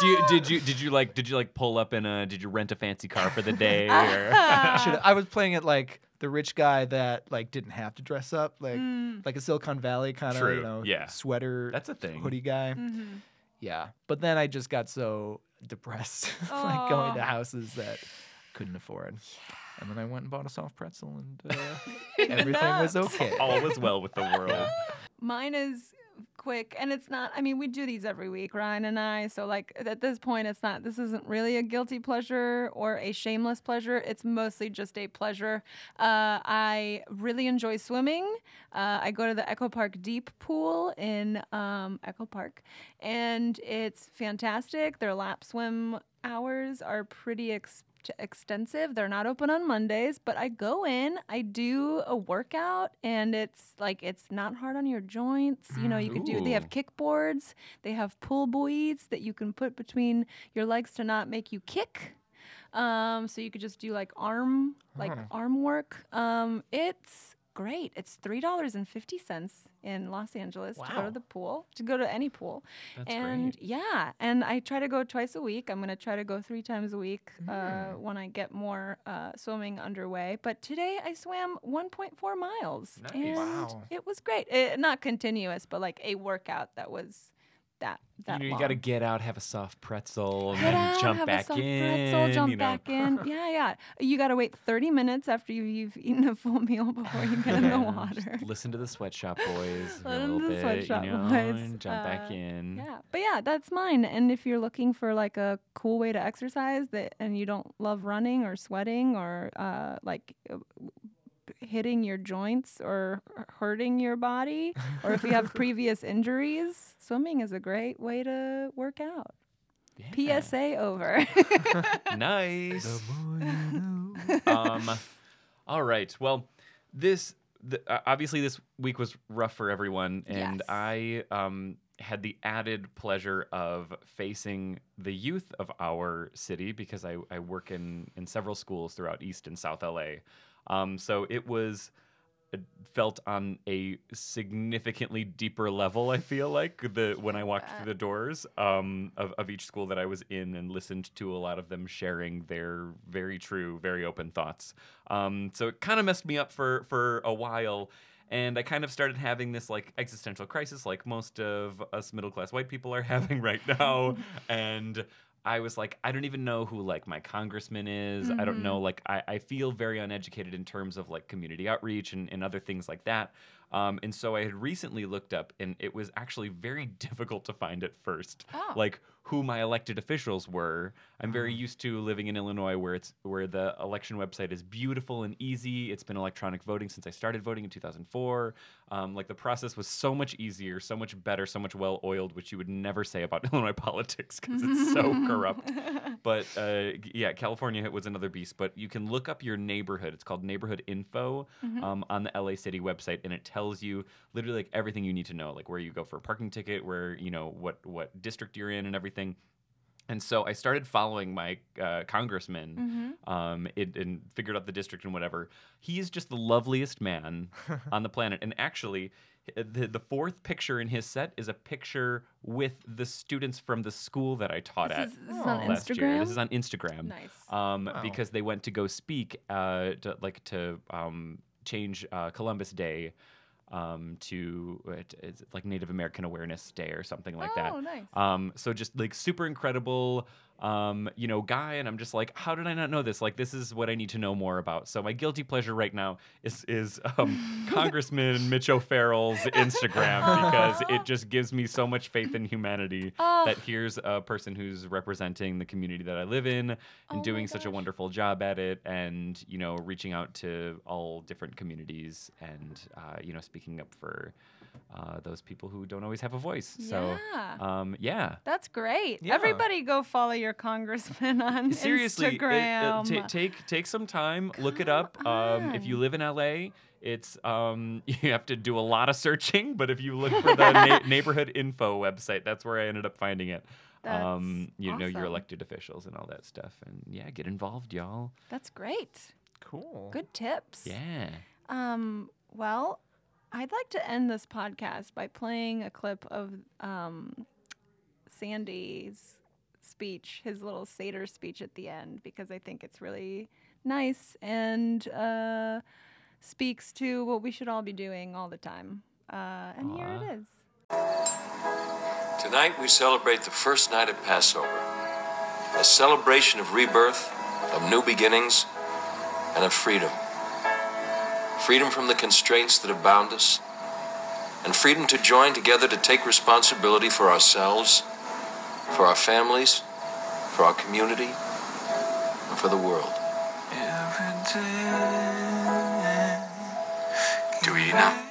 [SPEAKER 5] Do you, did you did you like did you like pull up in a did you rent a fancy car for
[SPEAKER 4] (laughs)
[SPEAKER 5] the day? Or...
[SPEAKER 4] Uh,
[SPEAKER 5] (laughs)
[SPEAKER 6] I should I was playing it like the rich guy that like didn't have to dress up like
[SPEAKER 4] Mm.
[SPEAKER 6] like a Silicon Valley kind of
[SPEAKER 5] True,
[SPEAKER 6] you know
[SPEAKER 5] yeah.
[SPEAKER 6] sweater
[SPEAKER 5] That's a thing.
[SPEAKER 6] hoodie guy.
[SPEAKER 4] Mm-hmm.
[SPEAKER 6] Yeah, but then I just got so depressed (laughs) like going to houses that couldn't afford. And then I went and bought a soft pretzel,
[SPEAKER 4] (laughs)
[SPEAKER 6] and uh, everything was okay.
[SPEAKER 5] All was well with the world.
[SPEAKER 4] Mine is quick and it's not I mean we do these every week Ryan and I so like at this point it's not this isn't really a guilty pleasure or a shameless pleasure it's mostly just a pleasure uh, I really enjoy swimming uh, I go to the Echo Park deep pool in um, Echo Park and it's fantastic their lap swim hours are pretty ex- extensive. They're not open on Mondays, but I go in, I do a workout, and it's like it's not hard on your joints. You know, you could do. They
[SPEAKER 5] Ooh.
[SPEAKER 4] have kickboards, they have pull buoys that you can put between your legs to not make you kick. Um, so you could just do like arm, like arm work. Um, it's great. It's three dollars and fifty cents in Los Angeles to go
[SPEAKER 6] Wow.
[SPEAKER 4] to the pool, to go to any pool.
[SPEAKER 5] That's
[SPEAKER 4] and yeah, and I try to go twice a week. I'm gonna try to go three times a week
[SPEAKER 5] Mm.
[SPEAKER 4] uh, when I get more uh, swimming underway. But today I swam 1.4 miles,
[SPEAKER 5] Nice.
[SPEAKER 4] and
[SPEAKER 6] Wow.
[SPEAKER 4] it was great. Eh, not continuous, but like a workout that was that that
[SPEAKER 5] you know, you
[SPEAKER 4] long.
[SPEAKER 5] got to get out, have a soft pretzel, and
[SPEAKER 4] Get
[SPEAKER 5] then
[SPEAKER 4] out,
[SPEAKER 5] jump
[SPEAKER 4] have
[SPEAKER 5] back
[SPEAKER 4] a soft
[SPEAKER 5] in.
[SPEAKER 4] pretzel, jump
[SPEAKER 5] you know.
[SPEAKER 4] back
[SPEAKER 5] (laughs)
[SPEAKER 4] in. Yeah, yeah. You got to wait 30 minutes after you- you've eaten a full (laughs) meal before you get in
[SPEAKER 5] (laughs)
[SPEAKER 4] the
[SPEAKER 5] Yeah,
[SPEAKER 4] water.
[SPEAKER 5] just Listen to the sweatshop boys a
[SPEAKER 4] Listen
[SPEAKER 5] little
[SPEAKER 4] to the
[SPEAKER 5] bit,
[SPEAKER 4] Sweatshop
[SPEAKER 5] you know,
[SPEAKER 4] Boys,
[SPEAKER 5] and jump back
[SPEAKER 4] uh,
[SPEAKER 5] in.
[SPEAKER 4] Yeah, but yeah, that's mine. And if you're looking for like a cool way to exercise that, and you don't love running or sweating or uh, like uh, hitting your joints or hurting your body, or if you
[SPEAKER 5] (laughs)
[SPEAKER 4] have previous injuries, swimming is a great way to work out.
[SPEAKER 5] Yeah.
[SPEAKER 4] PSA
[SPEAKER 5] (laughs)
[SPEAKER 4] over.
[SPEAKER 5] nice. (laughs) um, all right. Well, this the, uh, obviously this week was rough for everyone, and
[SPEAKER 4] Yes.
[SPEAKER 5] I um, had the added pleasure of facing the youth of our city because I, I work in in several schools throughout East and South LA. Um, so it was it felt on a significantly deeper level. I feel like the when I walked through the doors um, of of each school that I was in and listened to a lot of them sharing their very true, very open thoughts. Um, so it kind of messed me up for for a while. And I kind of started having this like existential crisis, like most of us middle class white people are (laughs) having right now. and I was like, I don't even know who like my congressman is. I don't know. Like, I, I feel very uneducated in terms of like community outreach and, and other things like that. Um, and so I had recently looked up, and it was actually very (laughs) difficult to find at first, like who my elected officials were. I'm very used to living in Illinois, where it's where the election website is beautiful and easy. It's been electronic voting since I started voting in 2004. Um, like the process was so much easier, so much better, so much well oiled, which you would never say about (laughs) Illinois politics because it's so corrupt. But uh, g- yeah, California was another beast. But you can look up your neighborhood. It's called Neighborhood Info um, on the LA City website, and it tells you literally like everything you need to know, like where you go for a parking ticket, where you know what what district you're in, and everything. And so I started following my uh, congressman um, it, and figured out the district and whatever. He is just the loveliest man on the planet. And actually, h- the, the fourth picture in his set is a picture with the students from the school that I taught at
[SPEAKER 4] this is, this is on
[SPEAKER 5] (laughs) last year. This
[SPEAKER 4] Instagram.
[SPEAKER 5] is on Instagram.
[SPEAKER 4] Nice.
[SPEAKER 5] Um,
[SPEAKER 6] Wow.
[SPEAKER 5] Because they went to go speak, uh, to, like to um, change uh, Columbus Day um, to it- it's like Native American Awareness Day or something like that.
[SPEAKER 4] Oh, nice.
[SPEAKER 5] Um, so just like super incredible, um, you know, guy, and I'm just like, how did I not know this? Like, this is what I need to know more about. So my guilty pleasure right now is is um, Congressman Mitch O'Farrell's Instagram because it just gives me so much faith in humanity
[SPEAKER 4] Oh.
[SPEAKER 5] that here's a person who's representing the community that I live in and doing such a wonderful job at it, and you know, reaching out to all different communities and uh, you know, speaking up for. Uh, those people who don't always have a voice. So
[SPEAKER 4] Yeah.
[SPEAKER 5] um, yeah.
[SPEAKER 4] That's great.
[SPEAKER 6] Yeah.
[SPEAKER 4] Everybody go follow your congressman (laughs) on
[SPEAKER 5] Seriously, it- uh,
[SPEAKER 4] Instagram.
[SPEAKER 5] ta- take take some time, look it up. Um, if you live in LA, it's um, (laughs) you have to do a lot of searching, but if you look for
[SPEAKER 4] (laughs)
[SPEAKER 5] the na- neighborhood info website, that's where I ended up finding it. um,
[SPEAKER 4] That's
[SPEAKER 5] you know your
[SPEAKER 4] awesome.
[SPEAKER 5] elected officials and all that stuff, and yeah, get involved, y'all.
[SPEAKER 4] That's great.
[SPEAKER 6] Cool.
[SPEAKER 4] Good tips.
[SPEAKER 5] Yeah.
[SPEAKER 4] Um, well, I'd like to end this podcast by playing a clip of um, Sandy's speech, his little satyr speech at the end, because I think it's really nice and uh, speaks to what we should all be doing all the time. Uh, and here it is. (laughs)
[SPEAKER 12] Tonight we celebrate the first night of Passover, a celebration of rebirth, of new beginnings, and of freedom. Freedom from the constraints that have bound us, and freedom to join together to take responsibility for ourselves, for our families, for our community, and for the world. Do we now?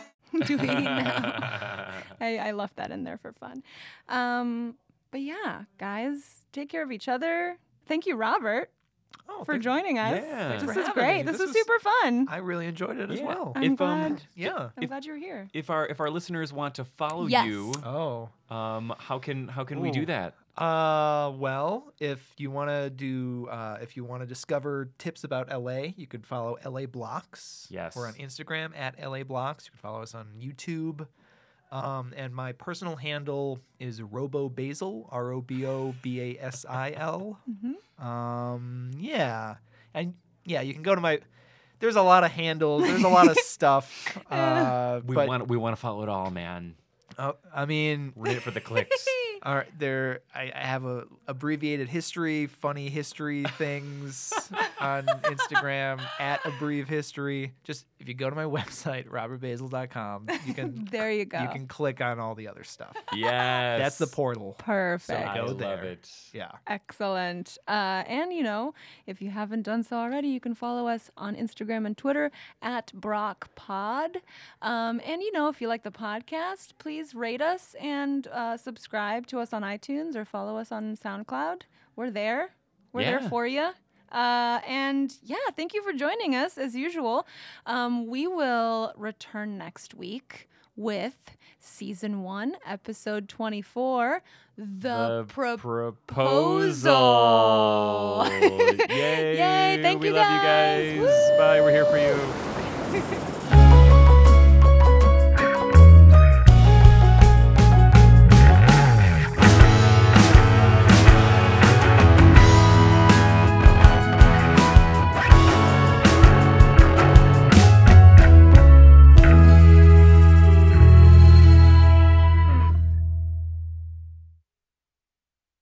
[SPEAKER 4] do we now? I, I left that in there for fun. Um, but yeah, guys, take care of each other. Thank you, Robert,
[SPEAKER 6] Oh,
[SPEAKER 4] for
[SPEAKER 6] thank-
[SPEAKER 4] joining us.
[SPEAKER 5] Yeah. Thanks
[SPEAKER 4] This
[SPEAKER 6] for
[SPEAKER 4] is
[SPEAKER 6] having
[SPEAKER 4] great.
[SPEAKER 6] me.
[SPEAKER 4] This,
[SPEAKER 6] This
[SPEAKER 4] was
[SPEAKER 6] was-
[SPEAKER 4] super fun.
[SPEAKER 6] I really enjoyed it as
[SPEAKER 5] Yeah.
[SPEAKER 6] well.
[SPEAKER 4] I'm
[SPEAKER 5] if um
[SPEAKER 4] glad.
[SPEAKER 6] yeah.
[SPEAKER 4] I'm glad you're here.
[SPEAKER 5] if our if our listeners want to follow
[SPEAKER 4] Yes.
[SPEAKER 5] you,
[SPEAKER 6] Oh.
[SPEAKER 5] um, how can how can we do
[SPEAKER 6] Ooh.
[SPEAKER 5] that?
[SPEAKER 6] Uh, well, if you want to do, uh, if you want to discover tips about LA, you could follow LA Blocks.
[SPEAKER 5] Yes.
[SPEAKER 6] We're on Instagram at LA Blocks. You can follow us on YouTube. Um, and my personal handle is RoboBasil, R O B O B A S I L. Um, yeah. And yeah, you can go to my. There's a lot of handles. There's a lot of stuff. Uh,
[SPEAKER 5] We
[SPEAKER 6] but-
[SPEAKER 5] want we want to follow it all, man.
[SPEAKER 6] Oh, I mean,
[SPEAKER 5] We're in it for
[SPEAKER 4] (laughs)
[SPEAKER 5] the clicks.
[SPEAKER 6] all right, there. I, I have a abbreviated history, funny
[SPEAKER 4] (laughs)
[SPEAKER 6] history things on Instagram at abbrev history. Just if you go to my (laughs) website, robertbasil.com, you can
[SPEAKER 4] (laughs) There you go.
[SPEAKER 6] you can click on all the other stuff.
[SPEAKER 5] yes.
[SPEAKER 6] That's the portal. So
[SPEAKER 4] Perfect.
[SPEAKER 5] I
[SPEAKER 6] go
[SPEAKER 5] love
[SPEAKER 6] there.
[SPEAKER 5] it.
[SPEAKER 6] Yeah.
[SPEAKER 4] Excellent. Uh, and, you know, if you haven't done so already, you can follow us on Instagram and Twitter at BrockPod. Um, and, you know, if you like the podcast, please rate us and uh, subscribe to us on iTunes or follow us on SoundCloud. We're there. We're
[SPEAKER 5] Yeah.
[SPEAKER 4] there for you. Uh, and yeah, thank you for joining us as usual. Um, we will return next week with season one, episode 24 The,
[SPEAKER 5] The
[SPEAKER 4] Pro- (laughs)
[SPEAKER 5] proposal. Yay.
[SPEAKER 4] Yay, thank
[SPEAKER 5] we
[SPEAKER 4] you
[SPEAKER 5] love
[SPEAKER 4] guys.
[SPEAKER 5] you guys. Bye. We're here for you.